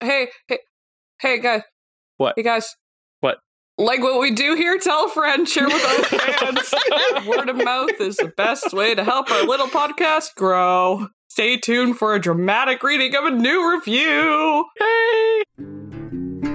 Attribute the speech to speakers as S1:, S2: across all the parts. S1: hey, hey, hey, guys.
S2: What?
S1: Hey, guys.
S2: What?
S1: Like what we do here, tell a friend, share with other fans. Word of mouth is the best way to help our little podcast grow. Stay tuned for a dramatic reading of a new review.
S2: Hey!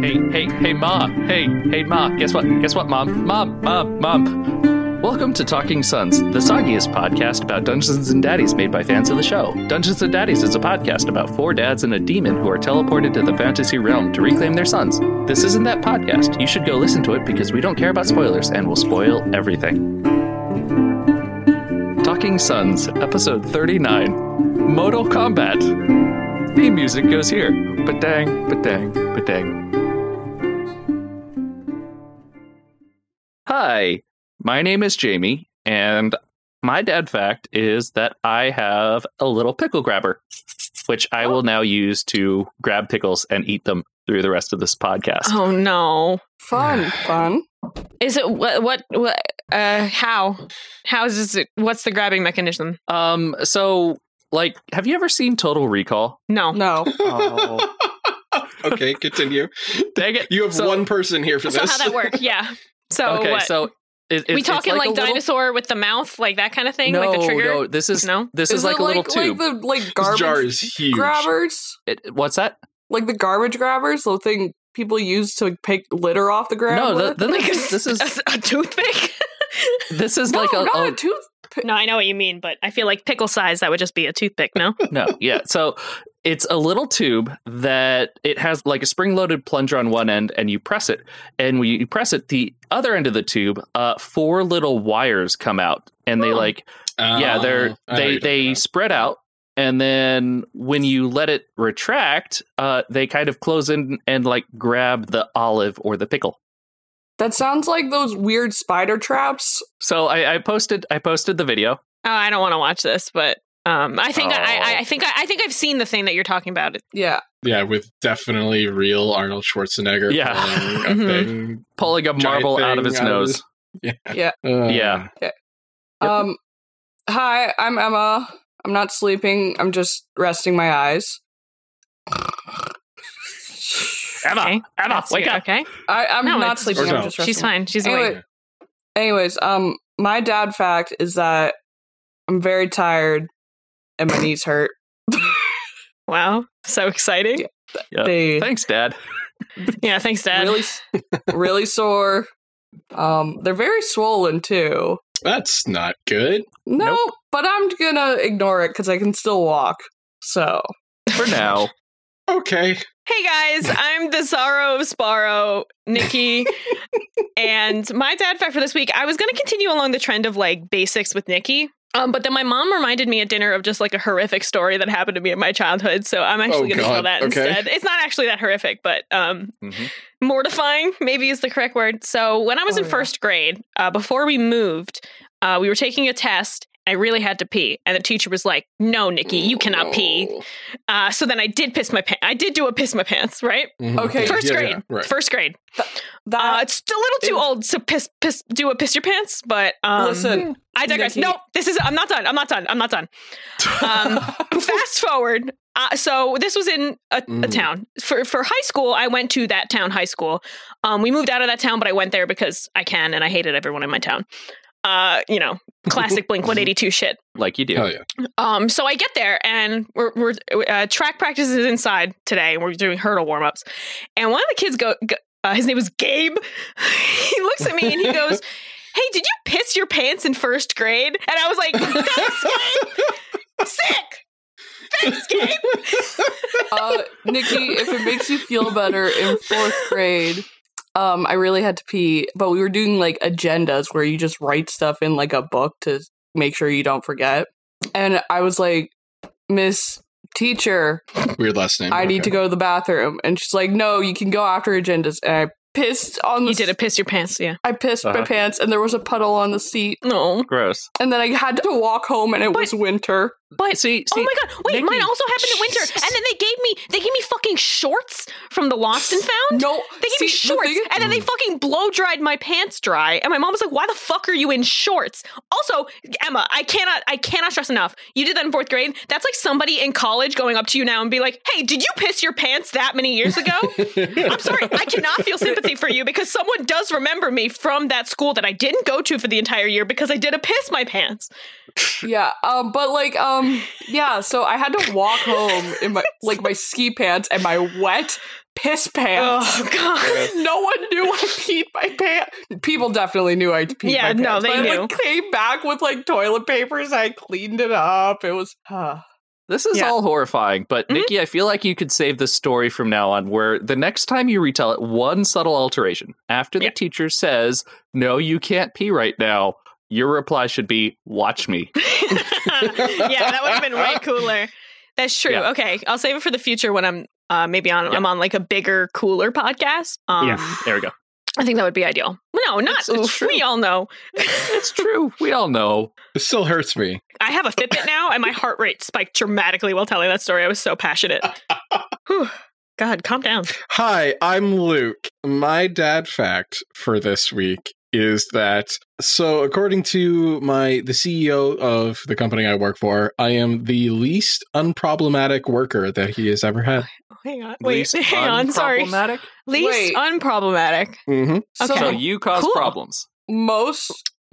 S2: Hey, hey, hey, Ma. Hey, hey, Ma. Guess what? Guess what, Mom? Mom, Mom, Mom. Welcome to Talking Sons, the soggiest podcast about Dungeons and Daddies made by fans of the show. Dungeons and Daddies is a podcast about four dads and a demon who are teleported to the fantasy realm to reclaim their sons. This isn't that podcast. You should go listen to it because we don't care about spoilers and will spoil everything. Talking Sons, episode 39 Modal Combat. Theme music goes here. Ba-dang, ba-dang, ba-dang. Hi, my name is Jamie, and my dad fact is that I have a little pickle grabber, which I will now use to grab pickles and eat them through the rest of this podcast.
S3: Oh no!
S1: Fun, fun.
S3: Is it what? What? what uh, how? How is this? What's the grabbing mechanism?
S2: Um, so like, have you ever seen Total Recall?
S3: No.
S1: No.
S2: Oh,
S4: okay, continue.
S2: dang it!
S4: You have
S2: So-
S4: one person here for
S3: So
S4: this.
S3: how that work? Yeah. So
S2: Okay,
S3: Oh, what?
S2: so it, it-
S3: we
S2: it's
S3: talking like,
S2: a little-
S3: dinosaur with the mouth, like that kind of thing, like the
S2: No,
S3: trigger.
S2: no, this is
S3: no.
S2: this is,
S1: it
S2: like a little tube.
S1: Like the like
S4: this jar
S1: garbage
S4: is huge.
S1: grabbers,
S2: It- what's that?
S1: like the garbage grabbers, the thing people use to pick litter off the ground.
S2: No, the,
S1: with.
S2: the,
S3: Like a,
S2: this is
S3: a, a toothpick.
S2: this is like
S1: no,
S2: a,
S1: not a
S2: a
S1: tooth.
S3: no, I know what you mean, but I feel like pickle size that would just be a toothpick. No.
S2: no yeah so it's a little tube that it has like a spring loaded plunger on one end and you press it and when you press it the other end of the tube uh, four little wires come out and they
S3: Oh.
S2: like
S4: Oh,
S2: yeah they're
S4: I know what
S2: they
S4: you're talking
S2: they
S4: about.
S2: spread out and then when you let it retract uh, they kind of close in and like grab the olive or the pickle
S1: That sounds like those weird spider traps.
S2: so I, I posted i posted the video
S3: Oh, I don't want to watch this, but um, I think I, I,
S2: Oh.
S3: I think I, I think I've seen the thing that you're talking about.
S1: Yeah,
S4: yeah with definitely real Arnold Schwarzenegger.
S2: Yeah.
S4: pulling a
S3: Mhm.
S4: thing.
S2: pulling a
S4: Giant
S2: marble out of
S4: thing
S2: its
S4: out of
S2: nose
S4: his- Yeah.
S1: Yeah.
S4: Uh,
S2: Mm-hmm. Yeah. Yep.
S1: Um, hi, I'm Emma. I'm not sleeping. I'm just resting my eyes.
S2: emma
S3: Okay.
S2: emma
S3: That's
S2: wake
S3: weird.
S2: up
S3: Okay,
S1: I, I'm
S3: No,
S1: not
S3: it's-
S1: sleeping.
S4: Or no.
S1: I'm just resting.
S3: she's fine. She's
S1: Anyway,
S3: awake.
S1: Anyways, um, my dad fact is that I'm very tired and my knees hurt.
S3: Wow, so exciting.
S1: Yeah.
S2: Yep.
S1: They
S2: thanks dad
S3: Yeah, thanks, Dad.
S1: really, really sore. Um, they're very swollen too.
S4: That's not good.
S1: No,
S2: Nope.
S1: but I'm gonna ignore it because I can still walk. So
S2: for now
S4: Okay.
S3: Hey guys, I'm the Sorrow of Sparrow, Nikki. and my dad fact for this week, I was going to continue along the trend of like basics with Nikki. Um, but then my mom reminded me at dinner of just like a horrific story that happened to me in my childhood. So I'm actually
S4: Oh,
S3: going to tell
S4: God.
S3: that
S4: Okay.
S3: instead. It's not actually that horrific, but um,
S4: Mm-hmm.
S3: mortifying maybe is the correct word so when i was
S1: Oh,
S3: in
S1: yeah.
S3: first grade uh, before we moved uh, we were taking a test i really had to pee and the teacher was like no nikki you cannot pee uh, so then i did piss my pants i did do a piss my pants right
S4: Mhm.
S1: Okay.
S4: Yeah,
S3: first
S4: yeah,
S3: grade
S4: right.
S3: first grade uh,
S1: that
S3: it's a little too
S1: it-
S3: old to piss piss do a piss your pants but um,
S1: listen,
S3: i digress
S1: Nikki-
S3: no this is i'm not done i'm not done i'm not done um, fast forward uh, so this was in a, a
S4: Mm.
S3: town for for high school i went to that town high school um, we moved out of that town but i went there because i can and i hated everyone in my town uh, you know classic blink 182 shit
S2: like you do
S4: Hell yeah.
S3: um, so I get there and we're, we're uh, track practice is inside today, and we're doing hurdle warm ups. And one of the kids go, go uh, his name was Gabe. he looks at me and he goes, "Hey, did you piss your pants in first grade?" And I was like, "Thanks, Gabe. Sick. Thanks, Gabe."
S1: uh, Nikki, if it makes you feel better, in fourth grade, um, I really had to pee, but we were doing like agendas where you just write stuff in like a book to make sure you don't forget. And I was like, Miss Teacher,
S4: Weird last name.
S1: I need to go to the bathroom, and she's like, No, you can go after agendas. And I pissed on the.
S3: You did a piss your pants, yeah.
S1: I pissed my
S2: Uh-huh.
S1: pants, and there was a puddle on the seat,
S3: No. Oh
S2: gross
S1: and then I had to walk home, and it was winter.
S3: But
S2: See, see,
S3: oh my god! Wait, mine
S2: Nikki-
S3: also happened in winter,
S2: Jesus.
S3: and then they gave me they gave me fucking shorts from the Lost and Found.
S1: No,
S3: They gave me
S1: see, the
S3: shorts,
S1: thing is-
S3: and then they fucking blow dried my pants dry. And my mom was like, "Why the fuck are you in shorts?" Also, Emma, I cannot, I cannot stress enough. You did that in fourth grade. That's like somebody in college going up to you now and be like, "Hey, did you piss your pants that many years ago?" I'm sorry, I cannot feel sympathy for you because someone does remember me from that school that I didn't go to for the entire year because I did a piss my pants.
S1: yeah, um, but like, um, yeah. So I had to walk home in my like my ski pants and my wet piss pants.
S3: Oh god.
S1: no one knew I peed my pants. People definitely knew I peed
S3: Yeah,
S1: my pants.
S3: no, they
S1: but I
S3: knew.
S1: like, came back with like toilet papers. I cleaned it up. It was. Uh,
S2: This is
S3: Yeah.
S2: all horrifying, but
S3: Mhm.
S2: Nikki, I feel like you could save this story from now on where the next time you retell it, one subtle alteration. After the
S3: Yeah.
S2: teacher says, No, you can't pee right now, your reply should be, Watch me.
S3: yeah, that would have been way cooler. That's true.
S2: Yeah.
S3: Okay, I'll save it for the future when I'm uh, maybe on.
S2: Yeah.
S3: I'm on like a bigger, cooler podcast. Um,
S2: there we go.
S3: I think that would be ideal. No, not
S2: It's- it's
S3: oof.
S2: true.
S3: we all know.
S2: It's true. We all know.
S4: It still hurts me.
S3: I have a Fitbit now, and my heart rate spiked dramatically while telling that story. I was so passionate. Whew. God, calm down.
S4: Hi, I'm Luke. My dad fact for this week is that so according to my the CEO of the company I work for, I am the least unproblematic worker that he has ever had.
S3: Hang on. Wait,
S2: Least
S3: hang on. Sorry.
S2: unproblematic?
S3: Least
S1: Wait.
S3: unproblematic.
S4: Mm-hmm.
S1: so
S3: Okay.
S2: So you cause
S3: Cool.
S2: problems.
S1: most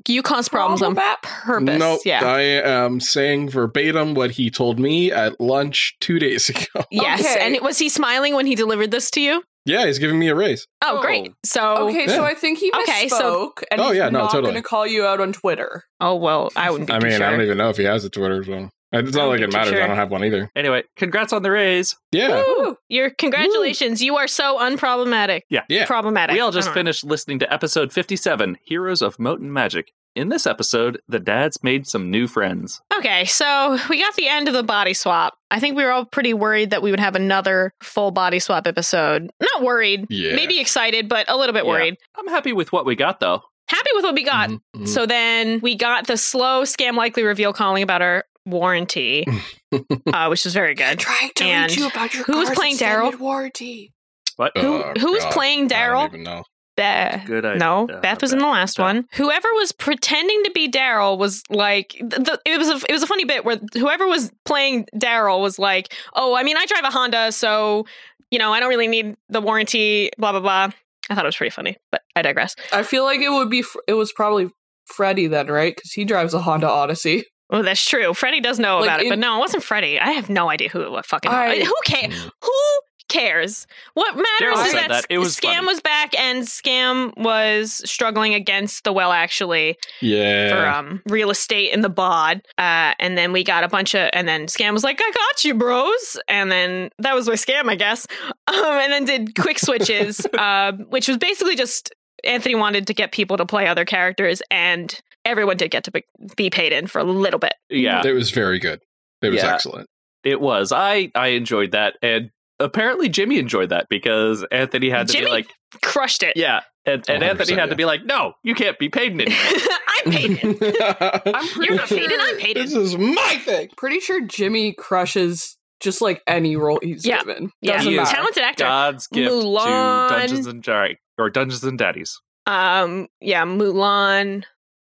S3: You cause problems on
S1: Problematic?
S3: purpose.
S4: Nope,
S3: Yeah.
S4: I am saying verbatim what he told me at lunch two days ago.
S3: yes.
S1: Okay.
S3: And it, was he smiling when he delivered this to you?
S4: Yeah, he's giving me a raise.
S3: Oh,
S2: Oh.
S3: great. So
S1: okay. So
S4: Yeah.
S1: I think he misspoke,
S3: Okay, so-
S1: and
S4: Oh,
S1: he's
S4: yeah, no,
S1: not
S4: totally.
S1: going to call you out on Twitter.
S3: Oh well, I wouldn't be
S4: I
S3: too
S4: mean,
S3: sure.
S4: I don't even know if he has a Twitter. So it's not like it
S3: Too
S4: matters.
S3: sure.
S4: I don't have one either.
S2: Anyway, congrats on the raise.
S4: Yeah.
S1: Woo.
S3: Your congratulations, you are so unproblematic.
S2: Yeah.
S4: Yeah.
S3: problematic.
S2: We all
S3: I
S2: just
S3: don't know.
S2: finished listening to episode 57 Heroes of Moat and Magic. In this episode, the dads made some new friends.
S3: Okay, so we got the end of the body swap. I think we were all pretty worried that we would have another full body swap episode. Not worried,
S4: Yeah.
S3: maybe excited, but a little bit
S2: Yeah.
S3: worried.
S2: I'm happy with what we got, though.
S3: Happy with what we got.
S4: Mhm, mhm.
S3: So then we got the slow scam likely reveal calling about our warranty, uh, which was very good.
S1: Trying to
S3: And
S1: reach you about your
S3: who was
S1: car's
S3: playing Daryl?
S1: extended warranty.
S2: What?
S3: Who,
S4: Oh,
S3: who was
S4: God.
S3: playing
S4: I don't
S3: Daryl?
S4: even know.
S3: Beth.
S2: Good idea.
S3: No,
S2: Uh,
S3: Beth was in the last
S2: Beth.
S3: one. Whoever was pretending to be Daryl was like, th- the, it was a it was a funny bit where whoever was playing Daryl was like, oh, I mean, I drive a Honda, so you know, I don't really need the warranty, blah blah blah. I thought it was pretty funny, but I digress.
S1: I feel like it would be. Fr- It was probably Freddie then, right? Because he drives a Honda Odyssey.
S3: Oh, that's true. Freddie does know
S1: Like
S3: about it,
S1: in-
S3: but no, it wasn't Freddie. I have no idea who what fucking.
S1: I-
S3: who cares?
S4: Mhm.
S3: Who cares? What matters
S2: Daryl
S3: is
S1: said
S3: that,
S2: that. It was
S3: scam
S2: funny.
S3: was back and scam was struggling against the well actually. for
S4: Yeah.
S3: um real estate in the bod. Uh, and then we got a bunch of, and then Scam was like, "I got you, bros." And then that was my scam, I guess. Um, and then did quick switches, uh, which was basically just Anthony wanted to get people to play other characters, and everyone did get to be, be paid in for a little bit.
S2: Yeah,
S4: It was very good. It was
S2: Yeah.
S4: excellent.
S2: it was. I I enjoyed that, and apparently Jimmy enjoyed that because Anthony had to
S3: Jimmy?
S2: be like,
S3: Crushed it.
S2: yeah, and, and
S4: 100%,
S2: Anthony had
S4: yeah.
S2: to be like, no, you can't be paid in it.
S3: I'm paid in.
S1: I'm pretty
S3: You're not paid in.
S1: sure-
S3: I'm paid in.
S4: this is my thing.
S1: Pretty sure Jimmy crushes just like any role he's
S3: Yeah.
S1: given.
S3: Yeah,
S1: Doesn't
S2: He is
S1: matter.
S3: talented actor.
S2: God's gift
S3: Mulan.
S2: to Dungeons and Daddies or Dungeons and Daddies.
S3: Um, yeah, Mulan.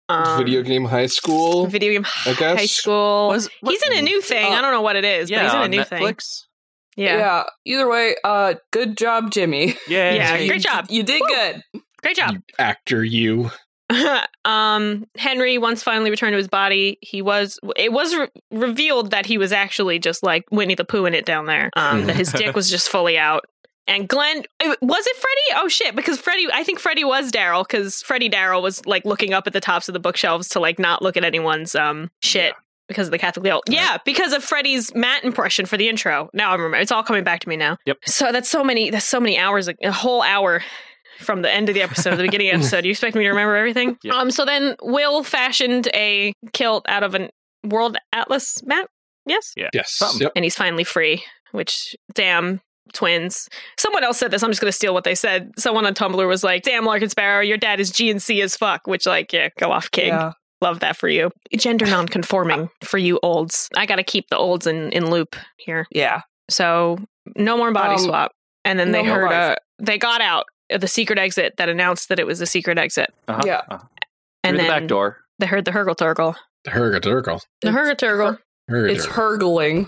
S3: Um,
S4: Video game high school.
S3: Video game
S4: I guess.
S3: high school.
S2: Was-
S3: he's in a new thing.
S1: uh,
S3: I don't know what it is, but
S2: yeah,
S3: he's in a
S2: on
S3: new thing.
S2: Netflix.
S1: Yeah.
S3: Yeah.
S1: Either way, uh, good job, Jimmy.
S2: Yay.
S3: Yeah,
S1: You-
S3: great job.
S1: You did
S3: Woo.
S1: good.
S3: Great job.
S4: You actor, you.
S3: um, Henry once finally returned to his body. He was it was re- revealed that he was actually just like Winnie the Pooh in it down there. Um, that his dick was just fully out. And Glenn, it- was it Freddie? Oh shit! Because Freddie, I think Freddie was Daryl because Freddie Daryl was like looking up at the tops of the bookshelves to like not look at anyone's um shit because of the Catholic guilt.
S2: Right.
S3: Yeah, because of Freddie's Matt impression for the intro. Now I remember. It's all coming back to me now.
S2: Yep.
S3: So that's so many. That's so many hours. like, A whole hour from the end of the episode to the beginning of the episode. You expect me to remember everything?
S2: Yep.
S3: Um. So then Will fashioned a kilt out of an world atlas map. Yes.
S4: Yes.
S2: Something.
S4: Yep.
S3: And he's finally free. Which damn twins. Someone else said this. I'm just gonna steal what they said. Someone on Tumblr was like, "Damn, Larkin Sparrow, your dad is GNC as fuck." Which like, yeah, go off, king.
S1: Yeah.
S3: Love that for you. Gender nonconforming for you olds. I got to keep the olds in, in loop here.
S1: Yeah.
S3: So no more body
S1: Um,
S3: swap. And then they
S1: no more
S3: heard
S1: body
S3: uh, they got out of the secret exit that announced that it was the secret exit.
S2: Uh-huh.
S1: Yeah.
S2: Uh-huh. Through
S3: And then
S2: the back door.
S3: they heard the hurgle turgle.
S4: Herga Durgle.
S3: The hurgle turgle.
S1: It's hurgling.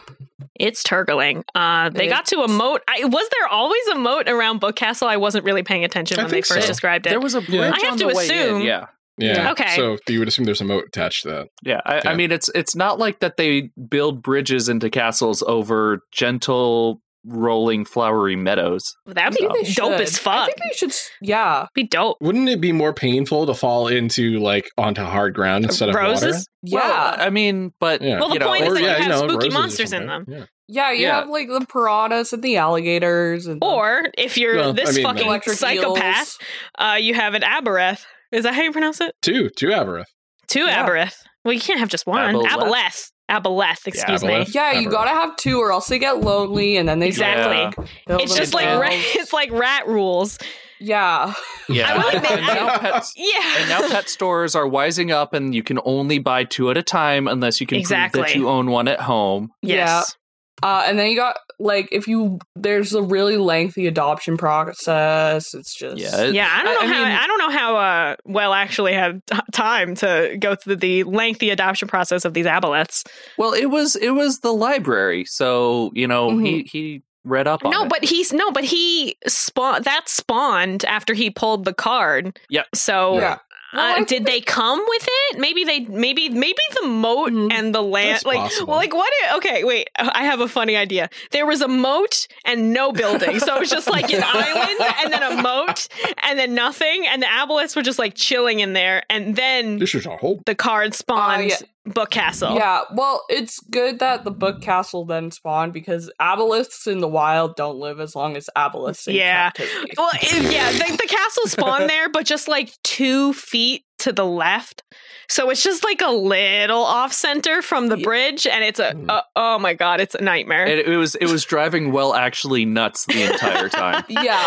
S3: It's turgling. Uh, they got to a moat. I, was there always a moat around Book Castle? I wasn't really paying attention
S4: I
S3: when they
S4: think
S3: first
S4: so.
S3: described it.
S2: There was a
S4: Yeah.
S2: bridge
S3: I have
S2: on
S3: to
S2: the way
S3: assume-
S2: in. Yeah.
S4: Yeah.
S3: Okay.
S4: So you would assume there's a moat attached to that.
S2: Yeah, I,
S4: Yeah.
S2: I mean it's it's not like that they build bridges into castles over gentle rolling flowery meadows.
S3: That'd
S2: I
S3: be
S2: think
S1: they
S3: dope
S1: should.
S3: as fuck.
S1: I think they should. s- Yeah.
S3: be dope.
S4: Wouldn't it be more painful to fall into like onto hard ground instead of
S3: Roses?
S4: water?
S1: Yeah.
S2: Well, uh, I mean, but
S4: Yeah.
S3: Well, the
S2: you know,
S3: point is
S2: or-
S3: that you
S2: yeah,
S3: have
S4: know,
S3: spooky
S4: roses or
S3: monsters in
S4: something. Yeah.
S1: yeah. You
S2: yeah.
S1: have like the piranhas and the alligators and the
S3: Or if you're
S4: Well,
S3: this
S4: I mean,
S3: fucking
S1: electric
S3: psychopath,
S1: eels.
S3: uh, you have an abereth. Is that how you pronounce it?
S4: Two, two Abereth.
S3: Two
S1: Yeah.
S3: abereth. Well, you can't have just one.
S2: Aboleth.
S3: Aboleth. Aboleth. Excuse me.
S4: Aboleth.
S1: Yeah, you
S4: Abereth.
S1: gotta have two, or else they get lonely, and then they start,
S3: Exactly.
S1: like, building
S3: It's just
S1: a
S3: like
S1: dog.
S3: ra- it's like rat rules.
S1: yeah,
S2: yeah.
S3: I really think-
S2: and, now pets,
S3: Yeah.
S2: and now pet stores are wising up, and you can only buy two at a time unless you can prove
S3: Exactly.
S2: that you own one at home.
S3: yes.
S1: uh, and then you got like if you there's a really lengthy adoption process. It's just
S2: Yeah,
S3: Yeah. I don't
S2: Uh, I- I
S3: know how
S2: mean-
S3: I don't know how uh, well actually had t- time to go through the lengthy adoption process of these aboleths.
S2: Well, it was it was the library, so you know he he read up on
S3: Mm-hmm. No,
S2: it.
S3: but he's no, but he spawn that spawned after he pulled the card.
S2: Yeah.
S3: So
S1: Yeah. No, I
S3: uh,
S1: think
S3: did they come with it? Maybe they maybe maybe the moat
S1: Mhm.
S3: and the land
S4: That's
S3: like
S4: possible.
S3: well, like what i- okay, wait, I have a funny idea. There was a moat and no building. So it was just like an island and then a moat and then nothing and the aboleths were just like chilling in there and then
S4: This is a whole
S3: the card spawned
S1: Oh, uh, yeah.
S3: book castle.
S1: Yeah, well, it's good that the book castle then spawned because aboliths in the wild don't live as long as aboliths. In
S3: Yeah.
S1: captivity.
S3: Well, it, yeah, the, the castle spawned there, but just like two feet to the left. So it's just like a little off center from the
S1: Yeah.
S3: bridge, and it's a
S1: Mm.
S4: Hmm.
S3: uh, oh my god, it's a nightmare.
S2: it, it was it was driving well actually nuts the entire time.
S1: yeah,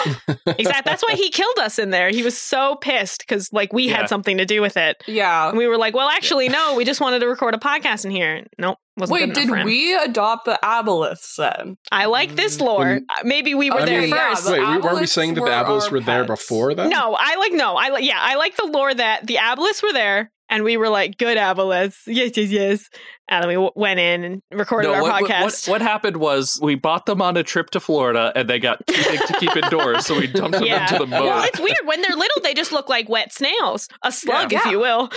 S3: exactly. That's why he killed us in there. He was so pissed because like we
S2: Yeah. Uh,
S3: had something to do with it,
S1: yeah.
S3: and we were like, well, actually, no, we just wanted to record a podcast in here. Nope, wasn't good
S1: Wait,
S3: enough,
S1: did
S3: friend.
S1: we adopt the aboliths then?
S3: I like this lore.
S4: Mm.
S3: Uh, Maybe we were
S2: Oh,
S4: I
S3: there
S4: mean,
S1: yeah,
S3: first.
S1: the
S4: Wait, we- weren't we
S1: aboliths
S4: saying that
S1: were
S4: the
S1: our
S4: aboliths were there
S1: pets.
S4: before that?
S3: No, I like no. I like yeah, I like the lore that the aboliths were there and we were like good aboliths. Yes, yes, yes. And then we w- went in and recorded our
S2: what, what-
S3: podcast.
S2: What, what happened was we bought them on a trip to Florida, and they got too big to keep indoors, so we dumped them
S3: Yeah.
S2: into the
S3: Well,
S2: moat,
S3: it's weird when they're little they just look like wet snails, a slug
S1: Yeah.
S3: if you will.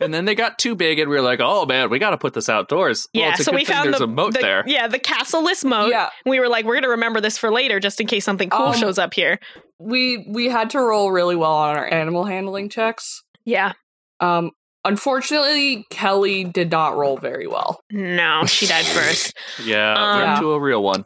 S2: and then they got too big, and we were like, "Oh man, we got to put this outdoors." Well,
S3: yeah,
S2: it's a
S3: so
S2: good
S3: we
S2: thing
S3: found
S2: there's
S3: the
S2: a moat
S3: the-
S2: there.
S3: Yeah, the castleless moat.
S1: Yeah,
S3: We were like we're going to remember this for later just in case something cool
S1: Um,
S3: shows up here.
S1: we we had to roll really well on our animal handling checks.
S3: Yeah.
S1: Um, unfortunately, Kelly did not roll very well.
S3: No, she died first.
S2: Yeah,
S3: Um,
S2: we're to a real one.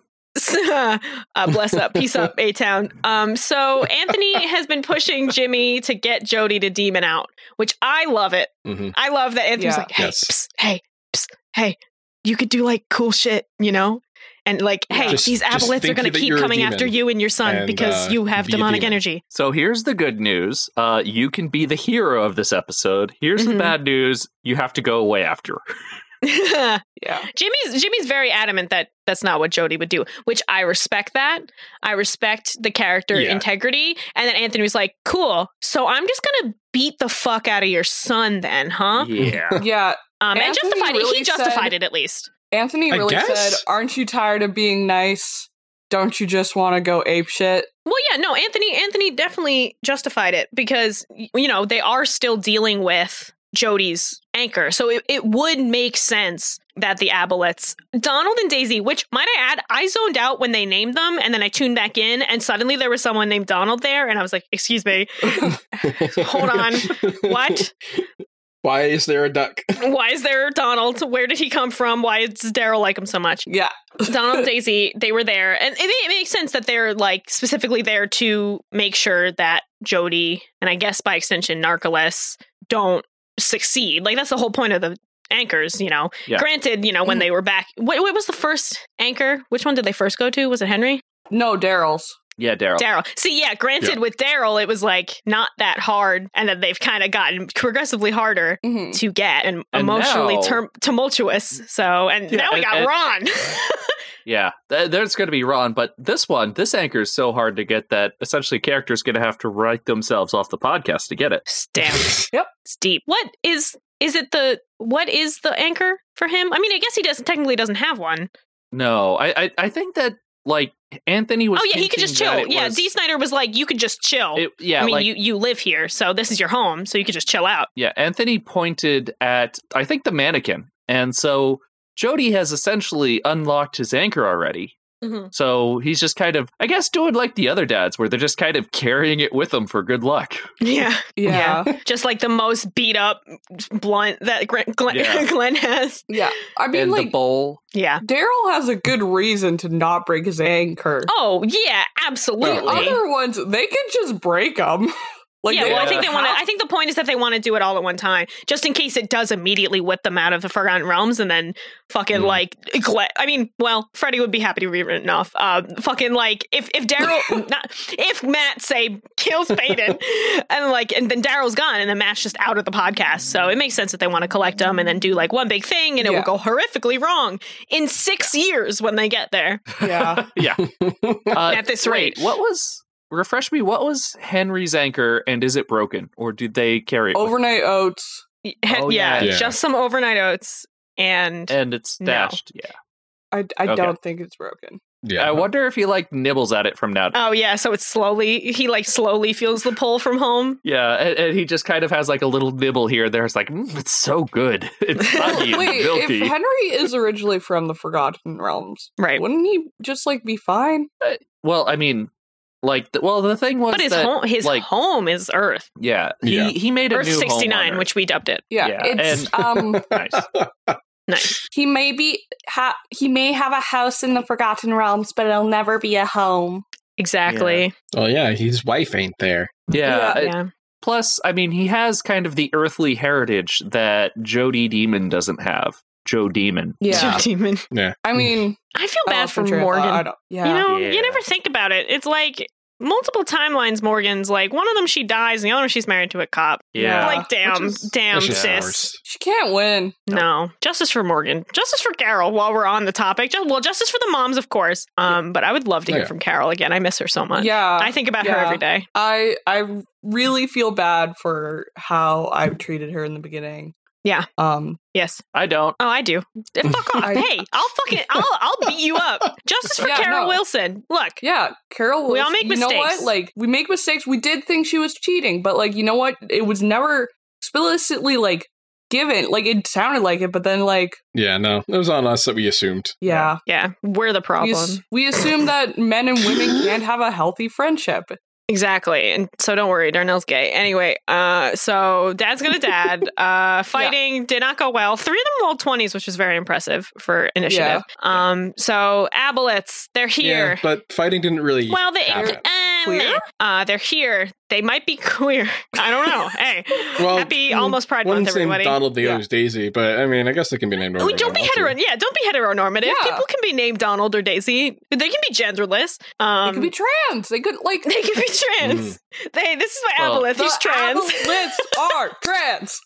S3: uh, bless up, peace up, A Town. Um, so Anthony has been pushing Jimmy to get Jody to demon out, which I love it.
S4: Mhm.
S3: I love that Anthony's
S1: Yeah.
S3: like, hey,
S4: Yes.
S3: psst, hey, psst, hey, you could do like cool shit, you know? And like, hey,
S4: Just-
S3: these
S4: just
S3: aboliths are
S4: think
S3: going
S4: that
S3: to keep
S4: you're a
S3: coming
S4: demon
S3: after you and your son
S4: and,
S3: because
S4: uh,
S3: you have
S4: be a
S3: demonic
S4: demon."
S3: energy.
S2: So here's the good news: uh, you can be the hero of this episode. Here's
S3: Mhm.
S2: the bad news: you have to go away after.
S3: Jimmy's
S1: Yeah,
S3: Jimmy's very adamant that that's not what Jody would do, which I respect that. I respect the character
S4: Yeah.
S3: integrity. And then Anthony was like, "Cool. So I'm just going to beat the fuck out of your son then, huh?"
S2: Yeah,
S1: yeah.
S3: Um, and
S1: Anthony
S3: justified it.
S1: really
S3: He justified
S1: said-
S3: it at least.
S1: Anthony
S4: I
S1: really said,
S4: guess.
S1: "Aren't you tired of being nice? Don't you just want to go ape shit?"
S3: Well, yeah, no, Anthony Anthony definitely justified it because y- you know, they are still dealing with Jody's anchor. So it, it would make sense that the Aboleths, Donald and Daisy, which might I add, I zoned out when they named them and then I tuned back in and suddenly there was someone named Donald there and I was like, "Excuse me,
S4: Mm-hmm.
S3: hold on. What?
S4: Why is there a duck?
S3: Why is there Donald? Where did he come from? Why does Daryl like him so much?"
S1: Yeah,
S3: Donald and Daisy, they were there, and it, it makes sense that they're like specifically there to make sure that Jody and I guess by extension Narcoles don't succeed. Like that's the whole point of the anchors, you know.
S2: Yeah.
S3: Granted, you know when they were back, what, what was the first anchor? Which one did they first go to? Was it Henry?
S1: no, Daryl's.
S2: Yeah, Daryl.
S3: Daryl. See, yeah, granted,
S4: Yeah.
S3: with Daryl, it was like not that hard, and that they've kind of gotten progressively harder
S1: Mhm.
S3: to get and,
S2: And
S3: emotionally
S2: now-
S3: tur- tumultuous. So, and
S2: Yeah,
S3: now we
S2: and-
S3: got
S2: and-
S3: Ron.
S2: Yeah, th- there's going to be Ron, but this one, this anchor is so hard to get that essentially characters going to have to write themselves off the podcast to get it.
S3: Stamp.
S1: Yep.
S3: It's deep. What is is it the what is the anchor for him? I mean, I guess he doesn't technically doesn't have one.
S2: No, I I, I think that like Anthony was.
S3: Oh yeah, he could
S2: hinting
S3: just
S2: that
S3: chill.
S2: it
S3: Yeah,
S2: was-
S3: D. Snyder was like, you could just chill.
S2: it- yeah,
S3: I mean,
S2: like
S3: you you live here, so this is your home, so you could just chill out.
S2: yeah, Anthony pointed at I think the mannequin, and so Jody has essentially unlocked his anchor already. So he's just kind of, I guess, doing like the other dads, where they're just kind of carrying it with them for good luck.
S3: Yeah.
S1: Yeah. yeah.
S3: just like the most beat up blunt that Glenn, Glenn,
S2: Yeah.
S3: Glenn has.
S1: I mean,
S2: and the
S1: like,
S2: bowl.
S3: Yeah.
S1: Daryl has a good reason to not break his anchor.
S3: Oh yeah,
S1: the
S3: absolutely.
S1: other ones, they can just break them. like,
S3: yeah, well, I think they
S1: don't
S3: want to.
S1: have
S3: I think the point is that they want to do it all at one time, just in case it does immediately whip them out of the Forgotten Realms, and then fucking
S2: Mm.
S3: like, Gle- I mean, well, Freddy would be happy to be written off. Um, fucking like, if if Daryl, not if Matt say kills Peyton, and like, and then Daryl's gone, and then Matt's just out of the podcast, so it makes sense that they want to collect them and then do like one big thing, and it
S1: Yeah.
S3: will go horrifically wrong in six years when they get there.
S1: Yeah.
S2: yeah. Uh,
S3: At this
S2: wait,
S3: rate.
S2: what was refresh me? What was Henry's anchor, and is it broken, or did they carry it? with-
S1: Overnight oats.
S2: Oh,
S3: yeah,
S4: yeah.
S3: just some overnight oats and.
S2: and it's
S3: No.
S2: stashed. Yeah,
S1: I, I
S2: Okay.
S1: don't think it's broken.
S4: Yeah.
S2: I
S3: Uh,
S2: wonder if he like nibbles at it from now. to-
S3: Oh yeah, so it's slowly he like slowly feels the pull from home.
S2: yeah, and, and he just kind of has like a little nibble here. and There, it's like "Mm, it's so good. It's
S1: Wait,
S2: funny and milky.
S1: if Henry is originally from the Forgotten Realms,
S3: Right.
S1: wouldn't he just like be fine?
S2: well, I mean, like, the, well, the thing was
S3: But his
S2: that
S3: home his
S2: like-
S3: home is Earth.
S2: yeah, he
S4: Yeah.
S2: he made a
S3: Earth
S2: new home on
S3: sixty nine,
S2: Earth.
S3: which we dubbed it.
S1: Yeah,
S2: Yeah,
S1: it's um
S2: nice.
S3: Nice.
S1: he may be ha- he may have a house in the Forgotten Realms, but it'll never be a home.
S3: Exactly.
S4: Oh yeah, his wife ain't there.
S2: Yeah.
S3: Yeah.
S2: I- Plus, I mean, he has kind of the earthly heritage that Jody Demon doesn't have. Joe Demon.
S1: Yeah,
S3: Demon.
S1: I mean,
S3: I feel
S1: I
S3: bad
S1: lost
S3: for
S1: my train of thought. I
S3: Morgan.
S1: don't, yeah,
S3: You know,
S2: Yeah.
S3: you never think about it. It's like multiple timelines Morgan's like one of them she dies and the other one she's married to a cop.
S2: Yeah.
S3: Like damn,
S1: Which is-
S3: damn
S4: That's just
S3: sis.
S4: ours.
S1: she can't win.
S3: No. Justice for Morgan. Justice for Carol while we're on the topic. Ju- well, justice for the moms, of course. Um, but I would love to hear
S4: Yeah.
S3: from Carol again. I miss her so much.
S1: Yeah,
S3: I think about her
S1: Yeah.
S3: every day.
S1: I I really feel bad for how I treated her in the beginning.
S3: Yeah.
S1: Um.
S3: Yes.
S2: I don't.
S3: Oh, I do. Eh, Fuck off.
S1: I-
S3: hey, I'll fucking I'll I'll beat you up. Justice for
S1: Yeah,
S3: Carol
S1: no.
S3: Wilson. Look.
S1: Yeah, Carol.
S3: We all
S1: Wilson-
S3: make
S1: you Know what?
S3: mistakes.
S1: Like we make mistakes. We did think she was cheating, but like you know what? It was never explicitly like given. Like it sounded like it, but then like
S4: Yeah, no, it was on us that we assumed.
S1: yeah,
S3: Yeah, we're the
S1: we,
S3: problem.
S1: as- we assume that men and women can't have a healthy friendship.
S3: exactly. And so don't worry, Darnell's gay. Anyway, uh so dad's gonna dad. Uh fighting did not go well. Three of them rolled twenties, which was very impressive for initiative. Um so Abolets, they're here.
S4: Yeah, but fighting didn't really.
S3: Well, they
S4: Yeah.
S3: um,
S1: Queer?
S3: uh, they're here. They might be queer. I don't know. Hey,
S4: Well,
S3: happy
S4: mm,
S3: almost Pride Month,
S4: One's named
S3: everybody.
S4: Donald, the
S1: Yeah.
S4: other's Daisy, but I mean, I guess they can be named.
S3: Oh,
S4: whatever
S3: don't
S4: they
S3: be
S4: want to.
S3: hetero. Yeah, don't be heteronormative.
S1: Yeah.
S3: People can be named Donald or Daisy. They can be genderless. Um,
S1: they could be trans. They could like
S3: they can be trans. They. This is my
S2: Well,
S3: aboleth. He's
S1: the
S3: trans.
S1: aboliths are trans.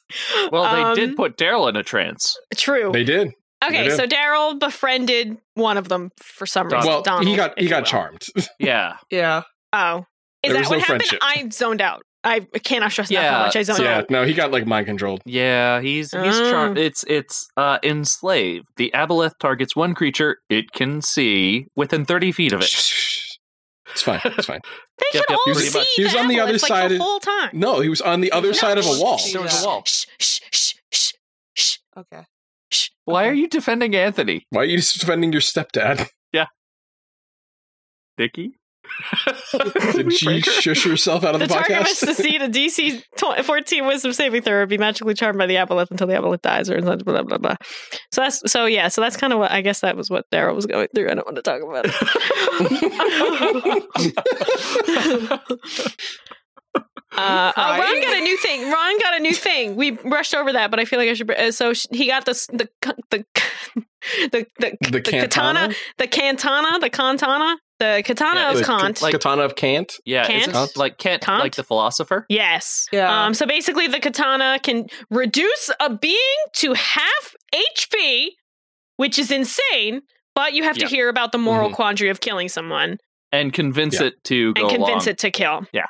S2: Well, they did
S3: Um,
S2: put Daryl in a trance.
S3: True.
S4: They did.
S3: okay,
S4: they do.
S3: so Daryl befriended one of them for some reason.
S4: well,
S3: Donald,
S4: he got
S3: if
S4: he
S3: you
S4: got
S3: will.
S4: charmed.
S2: Yeah.
S1: Yeah.
S3: Oh, is
S4: There
S3: that
S4: was
S3: what
S4: no
S3: happened?
S4: friendship.
S3: I zoned out. I cannot stress enough
S2: Yeah,
S3: how much I zoned
S2: so-
S4: yeah,
S3: out.
S4: no, he got like mind controlled.
S2: Yeah, he's he's
S3: Oh.
S2: charmed. It's it's uh enslave. The aboleth targets one creature it can see within thirty feet of it.
S4: It's fine. It's fine.
S3: They
S2: Yep,
S3: can
S2: yep,
S3: all
S2: pretty
S3: see
S2: much.
S4: He was
S3: the
S4: on the
S3: aboleth,
S4: other
S3: like,
S4: side
S3: the
S4: of-
S3: whole time.
S4: No, he was on the other
S3: No,
S4: side of a wall.
S1: she-
S2: There was a wall.
S3: Shh, shh, shh, shh, shh.
S1: Okay.
S2: Why are you defending Anthony,
S4: Why are you defending your stepdad?
S2: Dicky?
S4: Did she shush herself out of
S3: The
S4: the,
S3: target was to
S4: podcast?
S3: see the DC tw- 14 wisdom saving throw or be magically charmed by the aboleth until the aboleth dies or blah, blah, blah, blah. So that's, so yeah, so that's kind of what, I guess that was what Daryl was going through. I don't want to talk about it. Uh, oh, Ron
S1: Crying.
S3: got a new thing. Ron got a new thing. We rushed over that, but I feel like I should. br- Uh, so sh- he got this the c- the c- the the,
S4: The katana?
S3: the katana, the cantana, the kantana, The katana
S2: Yeah,
S3: of
S4: The
S3: Kant.
S4: k- katana of Kant.
S2: Yeah,
S3: Kant?
S2: isn't like Kant,
S3: Kant?
S2: like the philosopher.
S3: yes.
S1: Yeah.
S3: Um, so basically, the katana can reduce a being to half HP, which is insane. But you have
S2: Yeah.
S3: to hear about the moral
S4: Mhm.
S3: quandary of killing someone
S2: and convince
S4: Yeah.
S2: it to go
S3: and convince
S2: along.
S3: it to kill,
S1: yeah.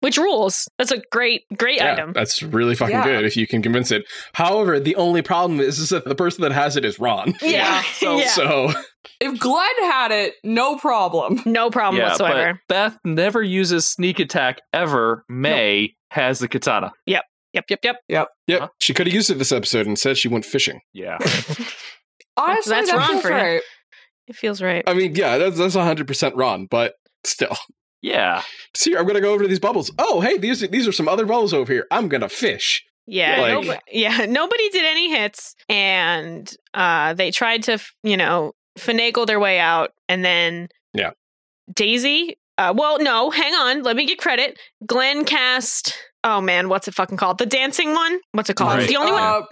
S3: which rules. That's a great, great item.
S2: Uh,
S4: that's really fucking
S1: Yeah.
S4: good if you can convince it. However, the only problem is, is that the person that has it is Ron.
S3: Yeah.
S1: Yeah,
S2: so-
S3: Yeah.
S4: So
S1: If Glenn had it, no problem.
S3: No problem
S2: yeah,
S3: um, whatsoever.
S2: but Beth never uses sneak attack ever. May has the katana.
S3: Yep, yep, yep.
S4: Yep.
S1: Uh-huh.
S2: Huh?
S4: She could have used it this episode and said she went fishing.
S2: Yeah,
S1: Honestly,
S3: That's
S1: that
S3: wrong
S1: feels
S3: for him.
S1: right.
S3: It feels right.
S4: I mean, yeah, that's that's hundred percent Ron, but still.
S2: yeah.
S4: See, I'm gonna go over to these bubbles. Oh, hey, these are- these are some other bubbles over here. I'm gonna fish.
S3: Yeah,
S4: Like-
S3: nobody, yeah. Nobody did any hits, and uh, they tried to, f- you know, finagle their way out, and then
S4: Yeah.
S3: Daisy. Uh, well, no, hang on. Let me get credit. Glenn cast. Oh man, what's it fucking called? The dancing one. What's it called?
S2: Right.
S3: The only one.
S1: Uh,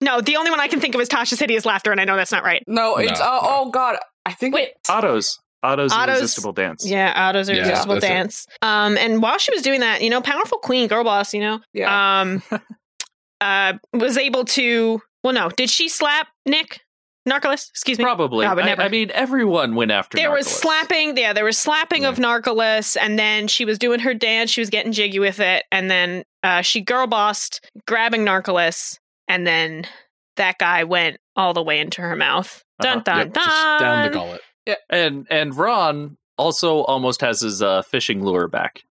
S3: No, the only one I can think of is Tasha's hideous laughter, and I know that's not right.
S1: no, it's
S4: No,
S1: uh,
S4: no.
S1: oh god, I think
S3: Wait.
S2: Otto's Otto's,
S3: Otto's-
S2: irresistible dance.
S3: Yeah, Otto's
S4: Yeah,
S3: irresistible
S4: that's it.
S3: dance. Um, and while she was doing that, you know, powerful queen, girl boss, you know,
S1: yeah.
S3: um uh was able to well no did she slap nick narcolis excuse me
S2: Probably.
S3: No, but
S2: I,
S3: never.
S2: I mean, everyone went after.
S3: there was
S2: Narcolis.
S3: slapping yeah there was slapping of narcolis and then she was doing her dance she was getting jiggy with it and then uh she girl bossed grabbing narcolis and then that guy went all the way into her mouth dun
S2: Uh-huh.
S3: dun dun
S4: Yep, just down the gullet.
S2: and and Ron also almost has his uh, fishing lure back.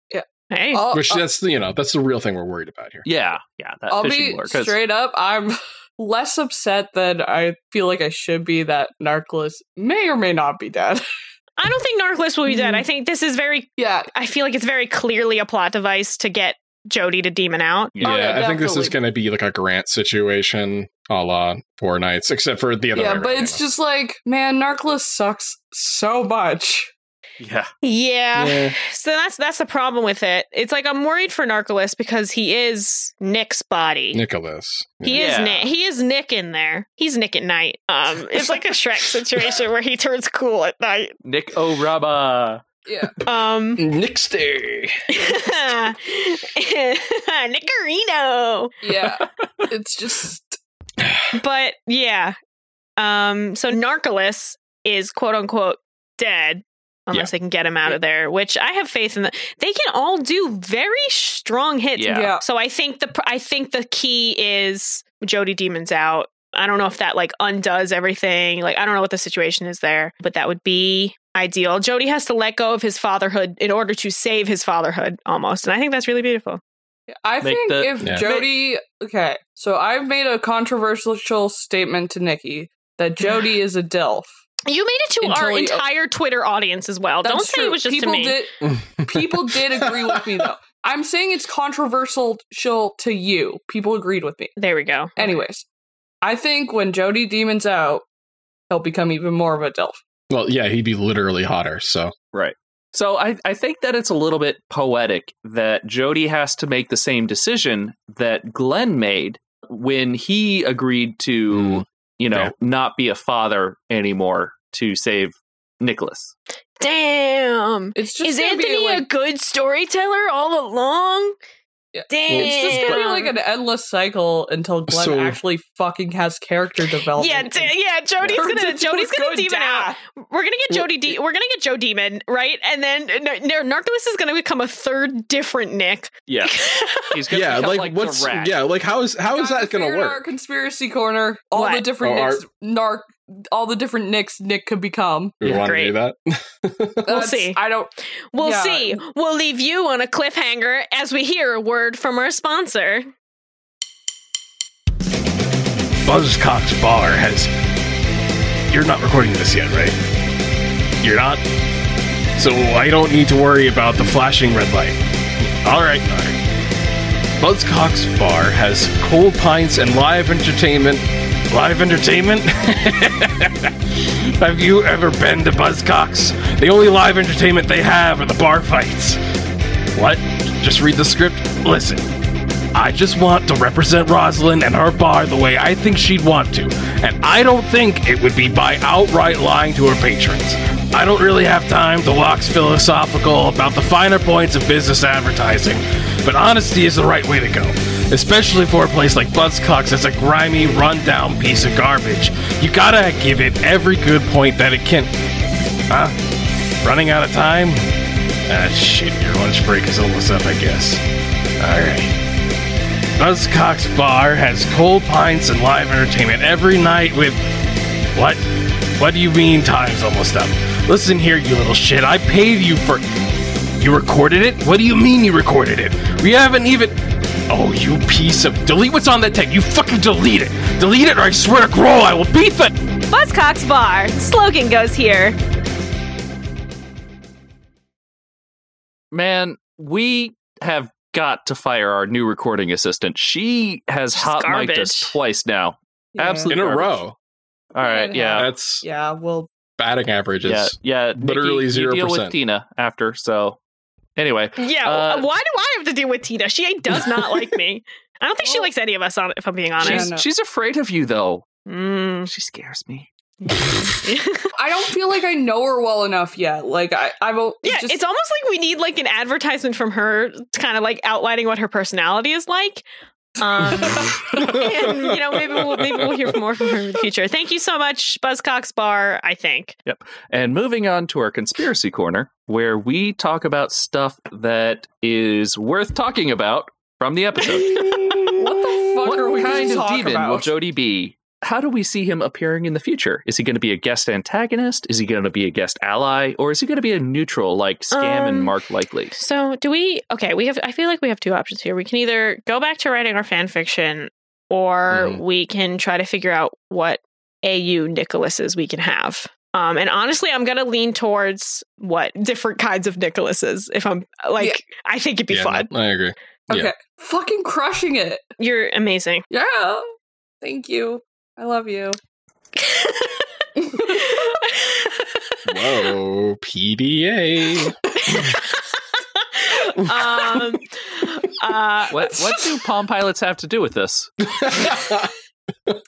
S3: hey
S1: I'll,
S4: Which that's you know that's the real thing we're worried about here.
S2: Yeah, yeah. That
S1: I'll be
S2: fishing lure. 'cause-
S1: straight up. I'm less upset than I feel like I should be that Narcolis may or may not be dead.
S3: i don't think narcolis will be dead
S1: Mm.
S3: i think this is very
S1: yeah.
S3: i feel like it's very clearly a plot device to get jody to demon out
S2: Yeah.
S1: Oh,
S4: Yeah, I think this is
S1: definitely.
S4: going to be like a Grant situation, a la Four Nights, except for the other.
S1: yeah,
S4: way
S1: but
S4: around,
S1: it's
S4: you
S1: just like, man, Narcolis sucks so much.
S2: yeah.
S4: know?
S3: yeah
S4: Yeah.
S3: So that's that's the problem with it. It's like I'm worried for Narcolis because he is Nick's body.
S4: Nicholas.
S3: He
S2: Yeah.
S3: is Nick. He is Nick in there. He's Nick at night. Um, it's like a Shrek situation where he turns cool at night.
S2: Nick O'Raba.
S1: Yeah.
S3: Um,
S4: Nick's day.
S3: Nickerino.
S1: Yeah. it's just
S3: But yeah. Um, so Narcolis is quote unquote dead unless they can get him out of there, which I have faith in. The, they can all do very strong hits.
S2: Yeah.
S1: yeah.
S3: So I think the pr- I think the key is Jody Demon's out. I don't know if that like undoes everything. Like I don't know what the situation is there, but that would be ideal. Jody has to let go of his fatherhood in order to save his fatherhood almost. And I think that's really beautiful.
S1: I
S2: Make
S1: think
S2: the-
S1: if
S4: Yeah.
S1: Jody, okay, so I've made a controversial statement to Nikki that Jody is a DILF.
S3: You made it to
S1: Until
S3: our
S1: he-
S3: entire Twitter audience as well. don't
S1: That's
S3: say
S1: true.
S3: it was just
S1: people
S3: to me.
S1: Did, people did agree with me though. I'm saying it's controversial to you. People agreed with me.
S3: there we go.
S1: Anyways, I think when Jody Demon's out, he'll become even more of a DILF.
S4: Well, yeah, he'd be literally hotter. So
S2: So I, I think that it's a little bit poetic that Jody has to make the same decision that Glenn made when he agreed to,
S4: Mm.
S2: you know,
S4: Yeah.
S2: not be a father anymore to save Nicholas.
S3: Damn.
S1: It's just
S3: Is
S1: gonna
S3: Anthony
S1: be like,
S3: a good storyteller all along?
S1: Yeah.
S3: Damn.
S1: it's just gonna be like an endless cycle until Glenn
S4: So-
S1: actually fucking has character development.
S3: yeah,
S1: and
S3: d- yeah. Jody's
S1: turns
S3: gonna
S1: into a
S3: Jody's gonna
S1: good
S3: demon
S1: dad.
S3: out. We're gonna get
S4: Well,
S3: Jody. De- we're gonna get Joe Demon, right? And then N- N- Narcolis is gonna become a third different Nick.
S2: Yeah. He's gonna
S4: yeah,
S2: become
S4: like,
S2: like the
S4: what's
S2: rat.
S4: yeah, like how is how is
S1: Guys,
S4: that going
S1: figure
S4: to
S1: it out,
S4: work?
S1: conspiracy corner. All the
S3: What?
S1: different
S4: Oh, our-
S1: Nicks, narc, all the different Nicks Nick could become.
S4: We
S2: Yeah.
S4: want to
S3: Great.
S4: do that.
S1: That's-
S3: see.
S1: I don't.
S3: We'll
S1: Yeah.
S3: see. We'll leave you on a cliffhanger as we hear a word from our sponsor.
S4: Buzzcocks Bar has. You're not recording this yet, right? You're not? So I don't need to worry about the flashing red light. All right, all right. Buzzcocks Bar has cold pints and live entertainment. Live entertainment? have you ever been to Buzzcocks? The only live entertainment they have are the bar fights. What? Just read the script? Listen. I just want to represent Rosalind and her bar the way I think she'd want to, and I don't think it would be by outright lying to her patrons.
S5: I don't really have time to wax philosophical about the finer points of business advertising, but honesty is the right way to go. Especially for a place like Buzzcocks that's a grimy, rundown piece of garbage. You gotta give it every good point that it can. Huh? Running out of time? Ah, shit, your lunch break is almost up, I guess. Alright. Buzzcocks Bar has cold pints and live entertainment every night with. What? What do you mean time's almost up? Listen here, you little shit. I paid you for. You recorded it? What do you mean you recorded it? We haven't even. Oh, you piece of. Delete what's on that tape. You fucking delete it. Delete it or I swear to grow I will beat the.
S3: Buzzcocks Bar. Slogan goes here.
S2: Man, we have got to fire our new recording assistant. She has
S3: She's
S2: hot mic'd us
S3: garbage.
S2: twice now.
S1: Yeah.
S2: Absolutely.
S4: in a
S2: garbage.
S4: row.
S2: All right, yeah.
S4: That's
S1: Yeah, well,
S4: batting averages.
S2: Yeah, yeah. Nikki,
S4: literally
S2: You deal
S4: 0%.
S2: with Tina after, so anyway.
S3: Yeah.
S2: Uh,
S3: why do I have to deal with Tina? She does not like me. I don't think she likes any of us. On, if I'm being honest.
S2: She's,
S1: no.
S2: she's afraid of you though.
S3: Mm.
S2: She scares me.
S1: I don't feel like I know her well enough yet. Like I, I've al-
S3: yeah,
S1: just-
S3: it's almost like we need like an advertisement from her, kind of like outlining what her personality is like. Um, and you know, maybe we'll maybe we'll hear more from her in the future. Thank you so much, Buzzcocks Bar. I think.
S2: And moving on to our conspiracy corner, where we talk about stuff that is worth talking about from the episode.
S1: what the fuck
S2: what
S1: are we
S2: kind of
S1: talking
S2: demon
S1: about?
S2: will Jody be? How do we see him appearing in the future? Is he going to be a guest antagonist? Is he going to be a guest ally? Or is he going to be a neutral like Scam
S3: Um,
S2: and Mark Likely?
S3: So, do we? Okay, we have. I feel like we have two options here. We can either go back to writing our fan fiction, or
S4: Mhm.
S3: we can try to figure out what AU Nicholases we can have. Um, and honestly, I'm gonna lean towards what different kinds of Nicholases. If I'm like, I think it'd be
S4: Yeah,
S3: fun.
S4: no, I agree.
S1: okay,
S4: Yeah.
S1: fucking crushing it.
S3: You're amazing.
S1: Yeah, thank you. I love you.
S4: Whoa, PDA.
S3: um, uh,
S2: What, what do Palm Pilots have to do with this?
S3: so
S4: like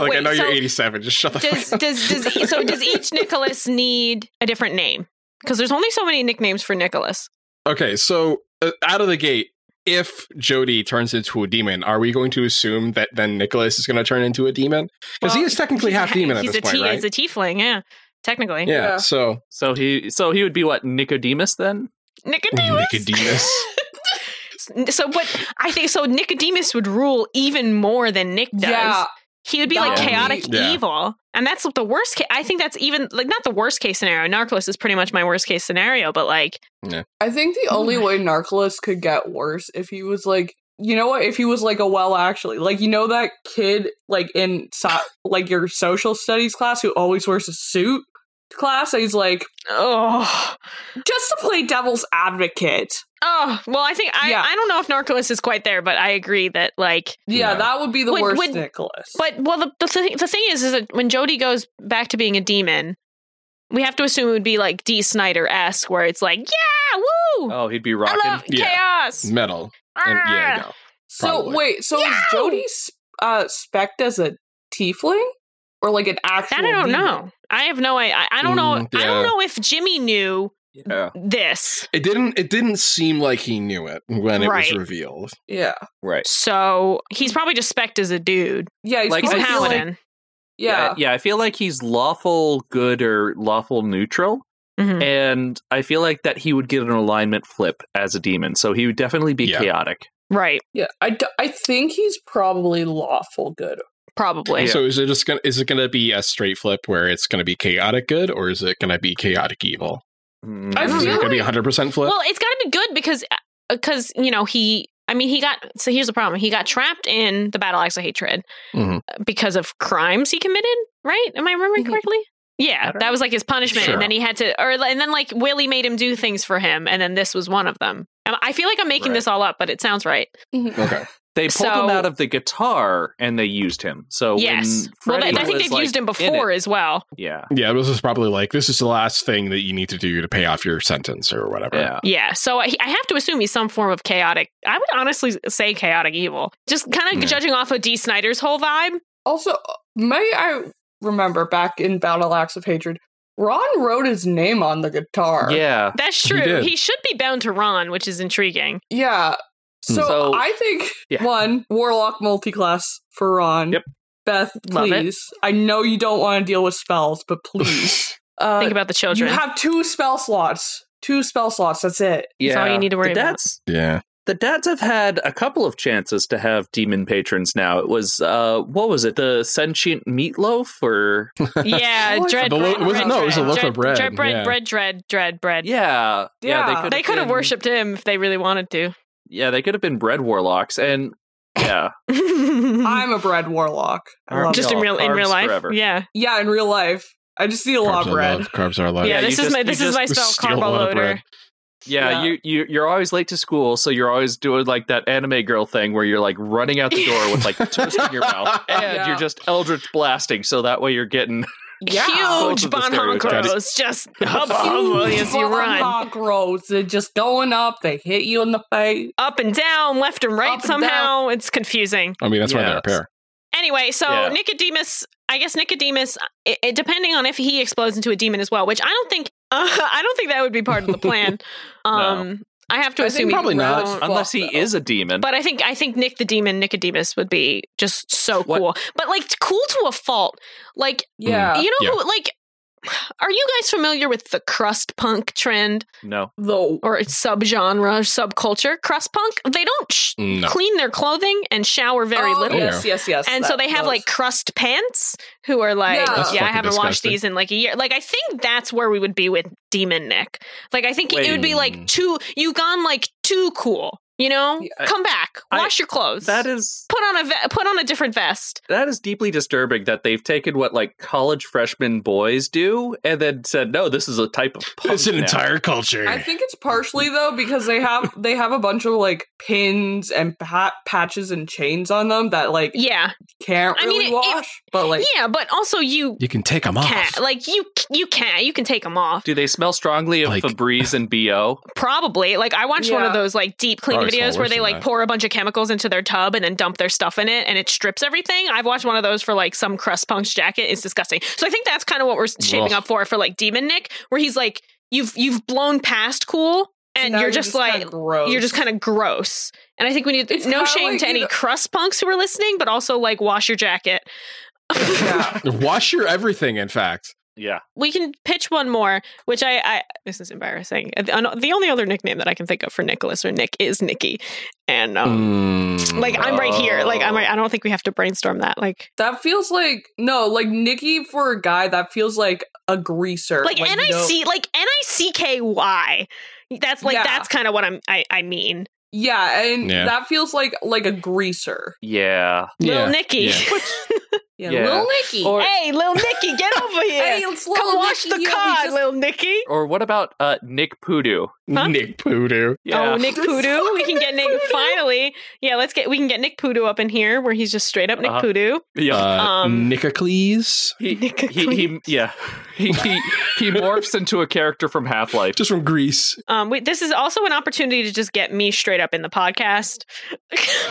S3: Oh, wait,
S4: I know
S3: so
S4: you're 87. Just shut the
S3: does
S4: fuck up.
S3: does does e, so does each Nicholas need a different name? Because there's only so many nicknames for Nicholas.
S4: Okay, so uh, out of the gate, if Jody turns into a demon, are we going to assume that then Nicholas is going to turn into a demon? Because he
S3: Well,
S4: is technically
S3: he's
S4: half
S3: a-
S4: demon at
S3: he's
S4: this
S3: a
S4: point,
S3: tea-
S4: right?
S3: He's a tiefling, yeah. Technically,
S4: yeah,
S1: Yeah.
S4: So
S2: So he so he would be what Nicodemus then?
S3: Nicodemus.
S4: Nicodemus.
S3: so, but I think so. Nicodemus would rule even more than Nick does.
S1: Yeah,
S3: He would be like
S1: Yeah.
S3: chaotic
S4: Yeah.
S3: evil. And that's the worst case. I think that's even like not the worst case scenario. Narcos is pretty much my worst case scenario, but like,
S1: I think the
S3: Oh
S1: only
S3: my-
S1: way Narcolis could get worse if he was like, you know what? If he was like a well, actually, like you know that kid like in so- like your social studies class who always wears a suit to class. And he's like
S3: oh,
S1: just to play devil's advocate.
S3: oh. Well, I think I,
S1: Yeah.
S3: I don't know if Narcos is quite there, but I agree that like
S1: Yeah,
S4: Yeah.
S1: that would be the
S3: Would-
S1: worst,
S3: would-
S1: Nicholas.
S3: But well, the the, th- the thing is, is that when Jody goes back to being a demon, we have to assume it would be like D. Snyder esque, where it's like, yeah, woo,
S2: Oh, he'd be
S3: I
S2: rocking.
S3: love
S4: yeah.
S3: chaos.
S4: metal. And,
S3: Ah.
S4: yeah,
S1: so
S4: probably.
S1: wait, so is Jody s- uh, specked as a tiefling or like an actual?
S3: That I don't
S1: demon?
S3: know. I have no. I I don't know.
S4: Mm,
S3: I don't
S4: yeah.
S3: know if Jimmy knew
S2: yeah,
S3: this.
S4: It didn't. It didn't seem like he knew it when it
S3: Right.
S4: was revealed.
S1: Yeah,
S2: right.
S3: So he's probably just spec'd as a dude.
S1: yeah, he's
S2: Like,
S3: He's a
S2: I
S1: probably
S2: feel like-
S3: paladin.
S1: yeah,
S2: yeah. I feel like he's lawful good or lawful neutral,
S1: Hmm.
S3: Mhm.
S2: and I feel like that he would get an alignment flip as a demon. So he would definitely be
S4: Yeah.
S2: chaotic.
S3: Right.
S1: yeah. I, d- I think he's probably lawful good
S3: Probably.
S4: So is it just gonna? Is it gonna be a straight flip where it's gonna be chaotic good, or is it gonna be chaotic evil?
S1: I
S4: Is it
S1: feel
S4: gonna be
S1: like-
S4: 100 percent flip?
S3: Well, it's got to be good because because you know he. I mean, he got. So here's the problem. He got trapped in the battle axe of hatred
S2: Mm-hmm.
S3: uh,
S4: Mhm.
S3: because of crimes he committed. Right? Am I remembering
S1: Mhm.
S3: correctly? Yeah,
S2: I don't
S3: that was like his punishment,
S4: Sure.
S3: and then he had to, or and then like Willie made him do things for him, and then this was one of them. Um, I feel like I'm making
S2: Right.
S3: this all up, but it sounds right.
S4: okay.
S2: They pulled
S3: So-
S2: him out of the guitar and they used him. So
S3: yes.
S2: when
S3: Well,
S2: Freddy
S3: but I think
S2: was,
S3: they've
S2: like,
S3: used him
S2: in it- Oh.
S3: before as well.
S2: Yeah,
S4: Yeah, this is probably like this is the last thing that you need to do to pay off your sentence or whatever.
S2: yeah.
S3: Yeah. So I, I have to assume he's some form of chaotic. I would honestly say chaotic evil. Just kind of
S2: Mm.
S4: Yeah.
S3: judging off of D. Snyder's whole vibe.
S1: uh, Also, may I remember back in Battle Axe of Hatred, Ron wrote his name on the guitar.
S2: Yeah.
S3: That's
S4: He
S3: true.
S4: did.
S3: He, should be bound to Ron, which is intriguing.
S1: Yeah. So,
S2: So-
S1: I think
S2: Yeah.
S1: one warlock multiclass for Ron.
S2: Yep.
S1: Beth,
S3: Love it.
S1: please. I know you don't want to deal with spells, but please. Uh,
S3: Think about the
S1: you
S3: children.
S1: have two spell slots. Two spell slots. That's it.
S2: Yeah.
S3: That's all you need to worry
S2: the
S3: about.
S2: dads,
S4: Yeah.
S2: The dads have had a couple of chances to have demon patrons now. It was, uh, what was it? The sentient meatloaf or.
S3: yeah,
S1: Oh, I
S3: dread
S4: The
S3: bread.
S4: lo- it was-
S3: bread,
S4: no, it was a
S3: dread,
S4: loaf of bread,
S3: Dread bread,
S4: yeah.
S3: bread, dread, dread, bread.
S2: Yeah.
S1: Yeah.
S2: could've
S3: They could have
S2: been-
S3: worshipped him if they really wanted to.
S2: Yeah. They could have been bread warlocks. And yeah.
S3: Mm-hmm.
S1: I'm a bread warlock. I
S2: Are-
S1: love
S3: just in
S2: Y'all,
S3: real in
S2: carbs
S3: real life.
S2: forever.
S3: Yeah.
S1: it. Yeah, in real life. I just eat a lot of
S4: Carbs are
S1: bread.
S4: love. Carbs are
S3: Yeah,
S4: love.
S2: you
S3: this is
S2: just-
S3: my
S2: you
S3: this is
S2: just
S3: my spell
S4: steal a
S3: carbo
S4: lot of
S3: loader.
S4: bread.
S2: Yeah,
S1: Yeah.
S2: You, you you're always late to school, so you're always doing like that anime girl thing where you're like running out the door with like toast in your mouth, and
S1: Yeah.
S2: you're just eldritch blasting. So that way you're getting
S1: Yeah.
S2: Both
S3: Huge
S2: of the
S3: bonhonkros, just hubba hubba
S1: Huge
S3: as you run.
S1: Hog roads. They're just going up. They hit you in the face.
S3: Up and down, left and right
S1: Up and
S3: somehow. It's confusing.
S4: I mean, that's why they're a
S2: Yes.
S4: pair.
S3: Anyway, so
S2: Yeah.
S3: Nicodemus, I guess Nicodemus, i i depending on if he explodes into a demon as well, which I don't think, I don't think that would be part of the plan. Um, I have to
S1: I think
S3: assume he
S4: probably not.
S3: won't.
S2: unless he
S1: though.
S2: is a demon.
S3: But I think I think Nick the Demon Nicodemus would be just so
S2: What-
S3: cool. But like t- cool to a fault. Like
S1: Uh, Yeah.
S3: you know
S4: yeah.
S3: who like are you guys familiar with the crust punk trend
S2: no,
S1: The
S3: or its subgenre, subculture, crust punk? They don't sh-
S4: No.
S3: clean their clothing and shower very
S1: Oh,
S3: little.
S1: Yes, yes, yes.
S3: And
S1: that-
S3: so they have
S1: those.
S3: like crust pants who are like,
S1: Yeah.
S3: yeah,
S1: That's
S3: I
S4: fucking
S3: haven't washed
S4: disgusting.
S3: these in like a year. Like, I think that's where we would be with Demon Nick. Like, I think it would be like
S4: Wait.
S3: too, you've gone like too cool, you know?
S1: Yeah.
S3: Come back,
S2: I-
S3: wash your clothes.
S2: that is
S3: put on a ve- put on a different vest.
S2: that is deeply disturbing that they've taken what like college freshmen boys do and then said no, this is a type of punk
S5: It's an
S2: now."
S5: entire culture.
S1: I think it's partially though because they have they have a bunch of like pins and pat- patches and chains on them that like
S3: Yeah,
S1: can't
S3: I
S1: really
S3: mean, it- it-
S1: wash. but like
S3: yeah, but also you
S5: you can take them
S3: can
S5: off.
S3: like you you can you can take them off
S2: Do they smell strongly of
S5: Like-
S2: Febreze and Bo?
S3: probably. Like I watched one
S1: Yeah.
S3: of those like deep clean
S4: Probably smell
S3: videos where
S4: worse
S3: they
S4: than
S3: like
S4: that.
S3: pour a bunch of chemicals into their tub and then dump their stuff in it and it strips everything. I've watched one of those for like some crust punk's jacket. It's disgusting. So I think that's kind of what we're shaping
S4: Ugh.
S3: up for for like Demon Nick, where he's like you've you've blown past cool and
S1: now
S3: you're just, like
S1: kinda gross.
S3: you're just kind of gross. And I think we need
S1: It's
S3: no
S1: kinda
S3: shame
S1: like,
S3: to
S1: you
S3: any
S1: know-
S3: crust punks who are listening, but also like wash your jacket.
S1: yeah.
S4: Wash your everything, in fact.
S2: Yeah,
S3: we can pitch one more, which I, I this is embarrassing. Uh, The the only other nickname that I can think of for Nicholas or Nick is Nikki, and um,
S2: Mm,
S3: like I'm right here. Like I'm right. I don't think we have to brainstorm that. Like
S1: That feels like no, like Nikki for a guy that feels like a greaser.
S3: like N
S1: you
S3: I
S1: know-
S3: C like N I C K Y. That's like
S1: Yeah.
S3: that's kind of what I'm I, I mean.
S1: Yeah, and
S4: Yeah.
S1: that feels like like a greaser.
S2: oh, yeah.
S3: Lil Nicky.
S4: yeah.
S1: Yeah,
S2: Yeah.
S1: little Nikki.
S2: Or-
S3: hey, Lil Nicky, get over here.
S1: hey, it's little
S3: Come wash
S1: Nicky,
S3: the
S1: yeah, we
S3: car,
S1: just-
S3: Lil Nicky.
S2: Or what about uh, Nick Poodoo?
S3: Huh?
S4: Nick Poodoo.
S2: Yeah.
S3: Oh, Nick
S1: It's
S3: Poodoo. We
S1: fucking
S3: can get Nick
S1: Nick Poodoo.
S3: finally. Yeah, let's get we can get Nick Poodoo up in here where he's just straight up Nick
S2: Uh-huh.
S3: Poodoo.
S2: yeah.
S4: Uh,
S3: Um,
S4: Nicocles.
S2: he,
S3: Nick
S2: he, he, yeah, he, he, he morphs into a character from Half Life.
S4: Just from Greece.
S3: Um, we, this is also an opportunity to just get me straight up in the podcast.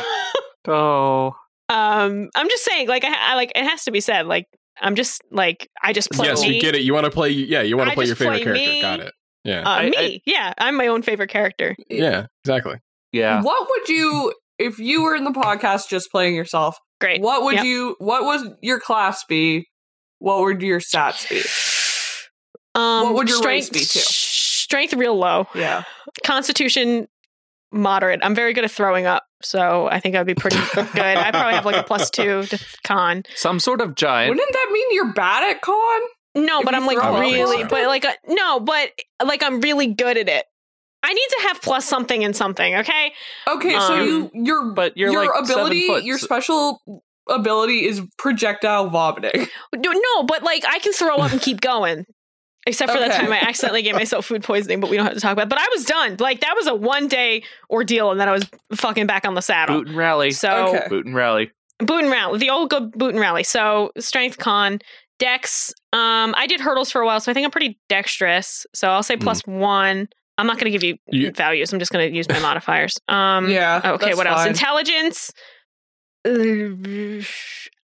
S2: Oh,
S3: um, I'm just saying, like, I, I like it has to be said. Like, I'm just like I just play
S4: Yes,
S3: me.
S4: we get it. You want to play. Yeah, you want
S3: I
S4: to play your
S3: just
S4: favorite
S3: play
S4: character.
S3: me.
S4: Got it. Yeah.
S3: Uh,
S2: I-
S3: me,
S2: I-
S3: yeah, I'm my own favorite character.
S4: yeah. Exactly.
S2: yeah.
S1: What would you if you were in the podcast just playing yourself?
S3: Great.
S1: What would
S3: Yep.
S1: you? What would your class be? What would your stats be?
S3: Um,
S1: What would your race
S3: strength
S1: be, too?
S3: Strength real low.
S1: Yeah,
S3: Constitution moderate. I'm very good at throwing up, so I think I'd be pretty good. I probably have like a plus two to con.
S2: Some sort of giant.
S1: wouldn't that mean you're bad at con?
S3: No,
S1: If
S3: but
S1: you
S3: I'm like
S1: throw
S4: up,
S3: really,
S4: so.
S3: but like uh, no, but like I'm really good at it. I need to have plus something in something. Okay,
S1: Okay, so
S3: Um,
S1: you your
S2: but you're,
S1: your
S2: like, seven
S1: ability
S2: foot,
S1: your
S2: so-
S1: special ability is projectile vomiting.
S3: no, no, but like I can throw up and keep going. Except for that
S1: Okay.
S3: time I accidentally gave myself food poisoning, but we don't have to talk about. It. But I was done. Like that was a one day ordeal, and then I was fucking back on the saddle.
S2: Boot and rally.
S3: So
S1: Okay.
S2: Boot and rally.
S3: boot and rally, the old good boot and rally. So strength con dex. Um, I did hurdles for a while, so I think I'm pretty dexterous. So I'll say plus one. I'm not going to give you,
S4: Mm. You-
S3: values. I'm just going to use my modifiers. Um,
S1: yeah.
S3: Okay,
S1: that's
S3: what else?
S1: fine.
S3: Intelligence. Uh,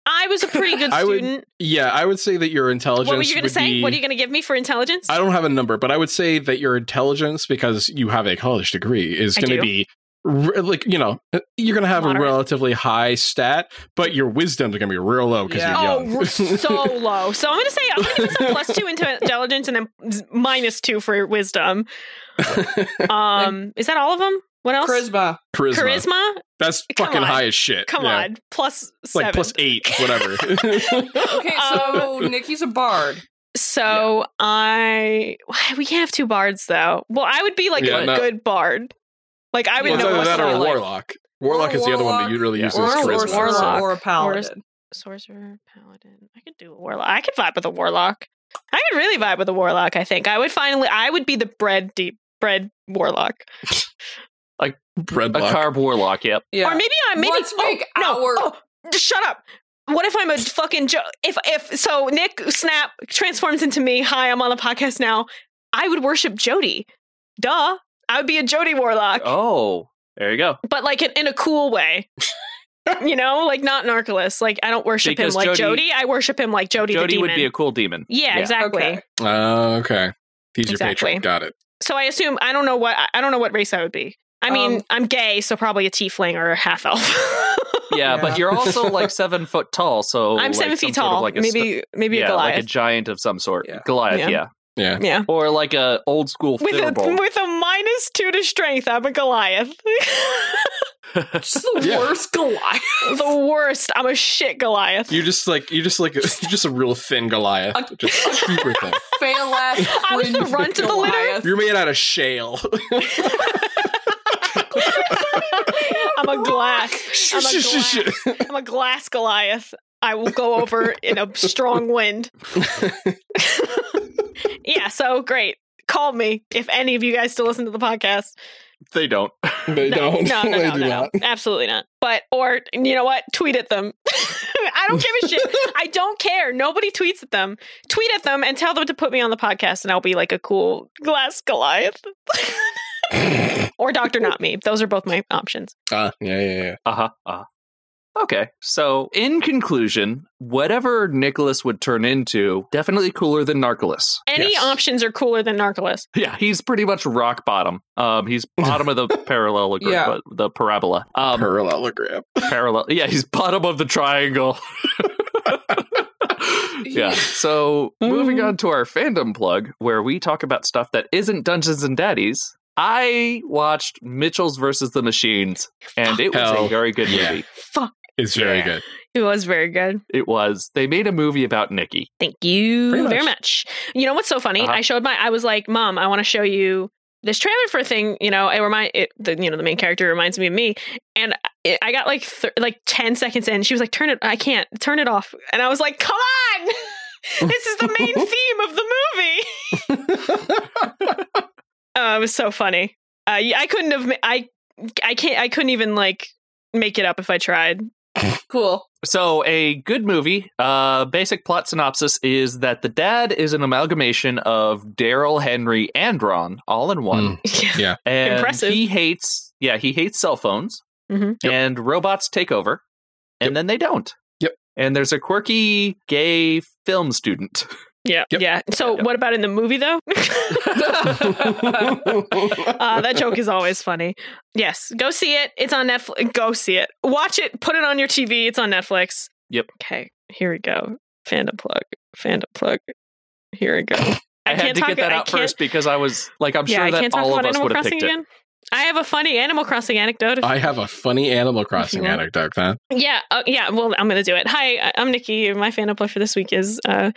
S3: I was a pretty good
S4: I would-
S3: student.
S4: Yeah, I would say that your intelligence.
S3: What were you going to
S4: would
S3: say?
S4: be-
S3: What are you going to give me for intelligence?
S4: I don't have a number, but I would say that your intelligence, because you have a college degree, is
S3: I
S4: going to
S3: do.
S4: be re- like you know you're going to have
S3: Moderate.
S4: a relatively high stat, but your wisdom's going to be real low because
S5: Yeah.
S4: you're
S3: Oh,
S4: young.
S3: we're so low. So I'm going to say I'm going to give myself plus two into intelligence and then z- minus two for wisdom. Um, is that all of them? What else?
S1: Charisma.
S4: charisma.
S3: Charisma?
S4: That's
S3: Come
S4: fucking
S3: on.
S4: high as shit.
S3: Come
S4: Yeah.
S3: on, plus
S4: It's
S3: seven.
S4: like plus eight, whatever.
S1: Okay, so Nikki's a bard.
S3: so I we can't have two bards though. Well, I would be like
S4: Yeah,
S3: a
S4: no.
S3: good bard. Like I would
S4: Well, it's
S3: know
S4: either
S3: what's
S4: that or a
S3: going on.
S4: warlock. Warlock is the other one that you really
S5: Yeah.
S4: use
S1: Or
S4: as
S1: a
S4: charisma.
S1: sorcerer
S3: Warlock.
S1: or a paladin.
S3: sorcerer, paladin. I could do a warlock. I could vibe with a warlock. I could really vibe with a warlock. I think I would finally. I would be the bread deep bread warlock,
S2: A
S4: Breadlock.
S2: carb warlock, yep.
S1: Yeah.
S3: or maybe I'm maybe
S1: Once
S3: oh,
S1: make
S3: no.
S1: our-
S3: Oh, just shut up. What if I'm a fucking jo- if if so Nick snap transforms into me? Hi, I'm on the podcast now. I would worship Jody. Duh, I would be a Jody warlock,
S2: Oh, there you go.
S3: but like in, in a cool way. you know, like not Narcolis. Like I don't worship
S2: Because
S3: him like
S2: Jody-
S3: Jody. I worship him like Jody.
S2: Jody
S3: the
S2: would
S3: demon.
S2: be a cool demon.
S3: yeah,
S2: Yeah.
S3: exactly.
S1: Okay.
S4: Oh, okay. He's your
S3: Exactly.
S4: patron. Got it.
S3: So I assume I don't know what I don't know what race I would be. I mean,
S1: Um,
S3: I'm gay, so probably a tiefling or a half elf.
S2: Yeah,
S1: Yeah.
S2: but you're also like seven foot tall, so
S3: I'm
S2: like,
S3: seven
S2: some
S3: feet
S2: sort of,
S3: tall.
S2: like a st-
S3: maybe maybe
S2: yeah,
S3: a Goliath.
S2: like a giant of some sort.
S1: Yeah.
S2: Goliath, yeah.
S3: Yeah.
S4: Yeah.
S3: yeah.
S2: Or like a old school
S3: With a
S2: thimble.
S3: with a minus two to strength, I'm a Goliath.
S1: Just the
S4: Yeah.
S1: worst Goliath.
S3: the worst. I'm a shit Goliath.
S4: You just like you just like you're just a real thin Goliath,
S1: A-
S4: just super thin.
S1: Fail ass.
S3: I was the
S1: cringe
S3: runt of the litter.
S1: Goliath.
S4: You're made out of shale.
S3: I'm a glass. I'm a glass. I'm a glass Goliath. I will go over in a strong wind. yeah. So great. Call me if any of you guys still listen to the podcast.
S2: they don't.
S4: They don't.
S3: No, no,
S4: they
S3: no,
S4: do
S3: no,
S4: not.
S3: Absolutely not. But or you know what? Tweet at them. I don't give a shit. I don't care. Nobody tweets at them. Tweet at them and tell them to put me on the podcast, and I'll be like a cool glass Goliath. or Doctor Not Me. Those are both my options.
S4: Ah, yeah, yeah, yeah.
S2: Uh huh. Uh-huh. Okay. So, in conclusion, whatever Nicholas would turn into, definitely cooler than Narcolis.
S3: Any
S4: Yes.
S3: options are cooler than Narcolis.
S2: Yeah, he's pretty much rock bottom. Um, he's bottom of the parallelogram,
S1: Yeah.
S2: uh, the parabola. Um,
S4: Parallelogram.
S2: parallel. Yeah, he's bottom of the triangle. yeah. So moving on to our fandom plug, where we talk about stuff that isn't Dungeons and Daddies. I watched Mitchell's versus the Machines, and it was
S4: Hell
S2: a very good
S4: yeah.
S2: movie.
S3: Fuck.
S4: It's very
S3: Yeah.
S4: good.
S3: It was very good.
S2: It was. They made a movie about Nikki.
S3: Thank you
S4: Pretty
S3: very much.
S4: much.
S3: You know what's so funny?
S2: Uh-huh.
S3: I showed my. I was like, Mom, I want to show you this trailer for a thing. You know, it remind it. The, you know, the main character reminds me of me, and it, I got like th- like ten seconds in. She was like, Turn it. I can't turn it off. And I was like, Come on. this is the main theme of the movie. Uh, it was so funny. Uh, yeah, I couldn't have. ma- I I can't. I couldn't even like make it up if I tried.
S1: Cool.
S2: So, a good movie. Uh, basic plot synopsis is that the dad is an amalgamation of Daryl, Henry, and Ron, all in one.
S4: Hmm.
S3: Yeah.
S2: And
S3: Impressive.
S2: He hates. Yeah, he hates cell phones.
S3: Mhm.
S4: Yep.
S2: and robots take over, and then they don't.
S4: Yep.
S2: And there's a quirky gay film student.
S3: Yeah.
S4: Yep.
S3: Yeah. So,
S2: Yep.
S3: what about in the movie though? Uh, that joke is always funny. Yes, go see it. It's on Netflix. Go see it. Watch it. Put it on your TV. It's on Netflix.
S2: Yep.
S3: Okay, here we go. Fandom plug. Fandom plug. Here we go.
S2: I, had to get that
S3: I
S2: out
S3: can't-
S2: first because I was like, I'm
S3: yeah,
S2: sure
S3: I can't
S2: that
S3: talk
S2: all
S3: about
S2: of us
S3: Animal
S2: would have
S3: Crossing
S2: picked it.
S3: again. I have a funny Animal Crossing anecdote. if-
S4: I have a funny Animal Crossing
S3: want.
S4: anecdote, then.
S3: yeah, uh, yeah. Well, I'm gonna do it. Hi, I- I'm Nikki. My fandom plug for this week is uh,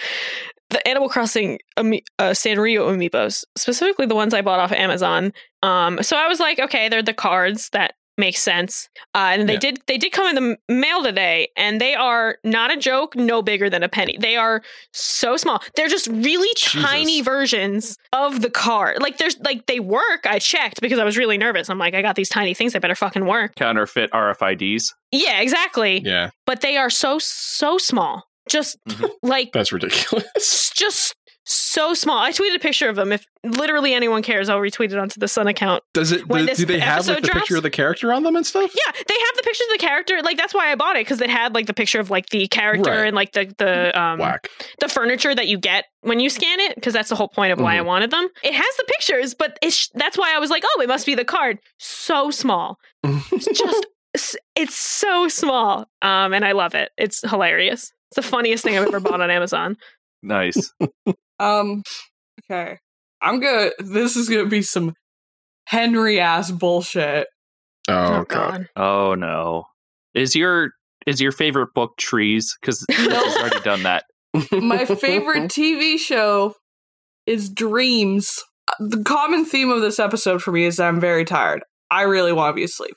S3: the Animal Crossing ami- uh, Sanrio amiibos, specifically the ones I bought off Amazon. Um, so I was like, okay, they're the cards that make sense. Uh, and they
S4: Yeah.
S3: did they did come in the m- mail today, and they are not a joke, no bigger than a penny. They are so small. They're just really
S4: Jesus.
S3: tiny versions of the card. Like there's like they work. I checked because I was really nervous. I'm like, I got these tiny things. They better fucking work.
S2: Counterfeit RFIDs.
S3: Yeah, exactly
S4: Yeah,
S3: but they are so so small just
S2: Mhm.
S4: Mm-hmm.
S3: like
S4: that's ridiculous.
S3: s- just so small. I tweeted a picture of him. If literally anyone cares, I'll retweet it onto the Sun account.
S4: Does it?
S3: When
S4: do-
S3: this
S4: do they have
S3: episode
S4: like the
S3: drops?
S4: picture of the character on them and stuff?
S3: Yeah, they have the pictures of the character. Like that's why I bought it because it had like the picture of like the character
S4: Right. Mm-hmm.
S3: and like the the um
S4: Whack.
S3: the furniture that you get when you scan it because that's the whole point of why I
S4: Mm-hmm.
S3: wanted them. It has the pictures, but it's that's why I was like, oh, it must be the card. So small, it's just s- it's so small, um, and I love it. It's hilarious. It's the funniest thing I've ever bought on Amazon.
S2: Nice.
S1: Um, okay. I'm gonna. This is gonna be some Henry ass bullshit.
S4: Oh, god.
S2: Oh no. Is your is your favorite book trees? Because
S1: No.
S2: has already done that.
S1: My favorite TV show is Dreams. Uh, The common theme of this episode for me is that I'm very tired. I really want to be asleep.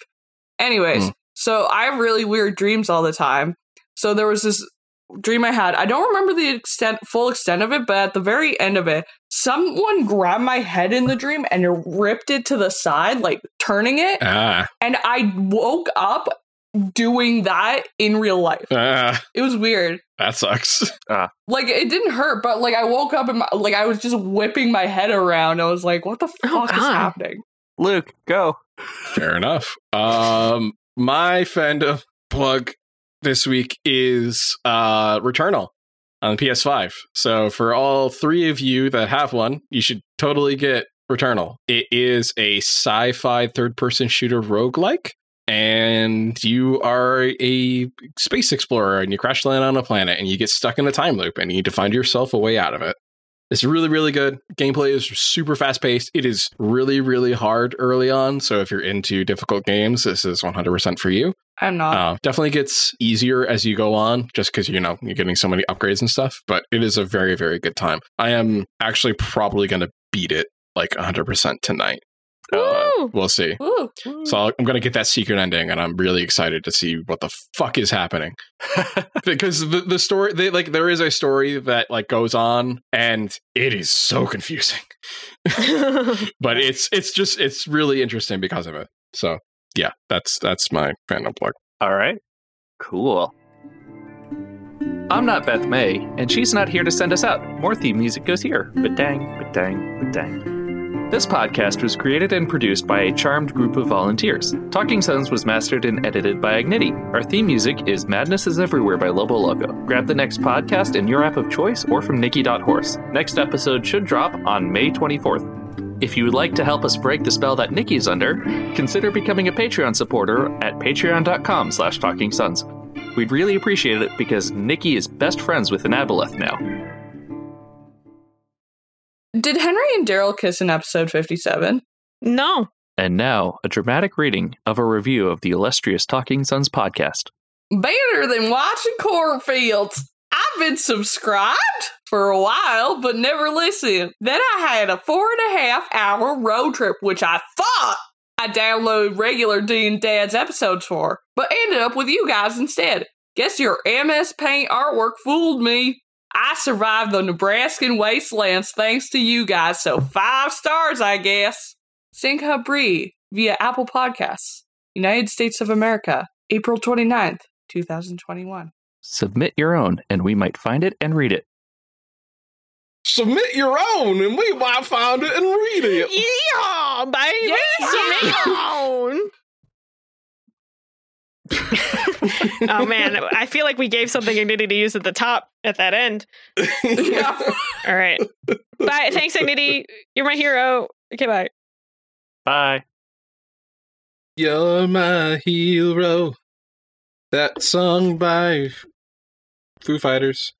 S1: Anyways,
S4: Hmm.
S1: so I have really weird dreams all the time. So there was this dream I had. I don't remember the extent, full extent of it, but at the very end of it, someone grabbed my head in the dream and ripped it to the side, like turning it.
S4: Ah,
S1: and I woke up doing that in real life.
S4: ah,
S1: It was weird.
S4: that sucks.
S1: Like it didn't hurt, but like I woke up and my, like I was just whipping my head around. I was like, "What the
S3: Oh,
S1: fuck is
S3: God.
S1: happening?"
S2: Luke, go.
S4: Fair enough. Um, my fandom plug this week is uh Returnal on PS5. So for all three of you that have one, you should totally get Returnal. It is a sci-fi third-person shooter roguelike. And you are a space explorer and you crash land on a planet and you get stuck in a time loop and you need to find yourself a way out of it. It's really, really good. Gameplay is super fast paced. It is really, really hard early on. So if you're into difficult games, this is 100% for you.
S1: I'm not.
S4: Uh, definitely gets easier as you go on, just because you know you're getting so many upgrades and stuff. But it is a very, very good time. I am actually probably going to beat it like 100% tonight. Uh,
S3: Woo!
S4: we'll see.
S1: Ooh.
S4: So I'll- I'm going to get that secret ending, and I'm really excited to see what the fuck is happening because the, the story they like there is a story that like goes on, and it is so confusing. But it's it's just it's really interesting because of it. So yeah, that's that's my fandom plug.
S2: All right. Cool. I'm not Beth May, and she's not here to send us out. More theme music goes here. But dang, but dang, but dang. This podcast was created and produced by a charmed group of volunteers. Talking Sons was mastered and edited by Agniti. Our theme music is Madness is Everywhere by Lobo Loco. Grab the next podcast in your app of choice or from Nikki.horse. Next episode should drop on May 24th. If you would like to help us break the spell that Nikki's under, consider becoming a Patreon supporter at patreon.com slash talking sons. We'd really appreciate it because Nikki is best friends with an aboleth now.
S1: Did Henry and Daryl kiss in episode 57?
S3: no.
S2: And now, a dramatic reading of a review of the illustrious Talking Sons podcast.
S1: Better than watching cornfields. I've been subscribed for a while, but never listened. Then I had a four and a half hour road trip, which I thought I downloaded regular Dean Dad's episodes for, but ended up with you guys instead. Guess your MS Paint artwork fooled me. I survived the Nebraskan wastelands thanks to you guys, so five stars, I guess. Sing Habri via Apple Podcasts. United States of America, April 29th, 2021.
S2: Submit your own, and we might find it and read it.
S4: Submit your own, and we might find it and read it.
S3: Yeah, baby. oh man, I feel like we gave something Agnity to use at the top at that end. All right. Bye. Thanks, Agnity. You're my hero. Okay, bye.
S2: Bye.
S4: You're my hero. That song by Foo Fighters.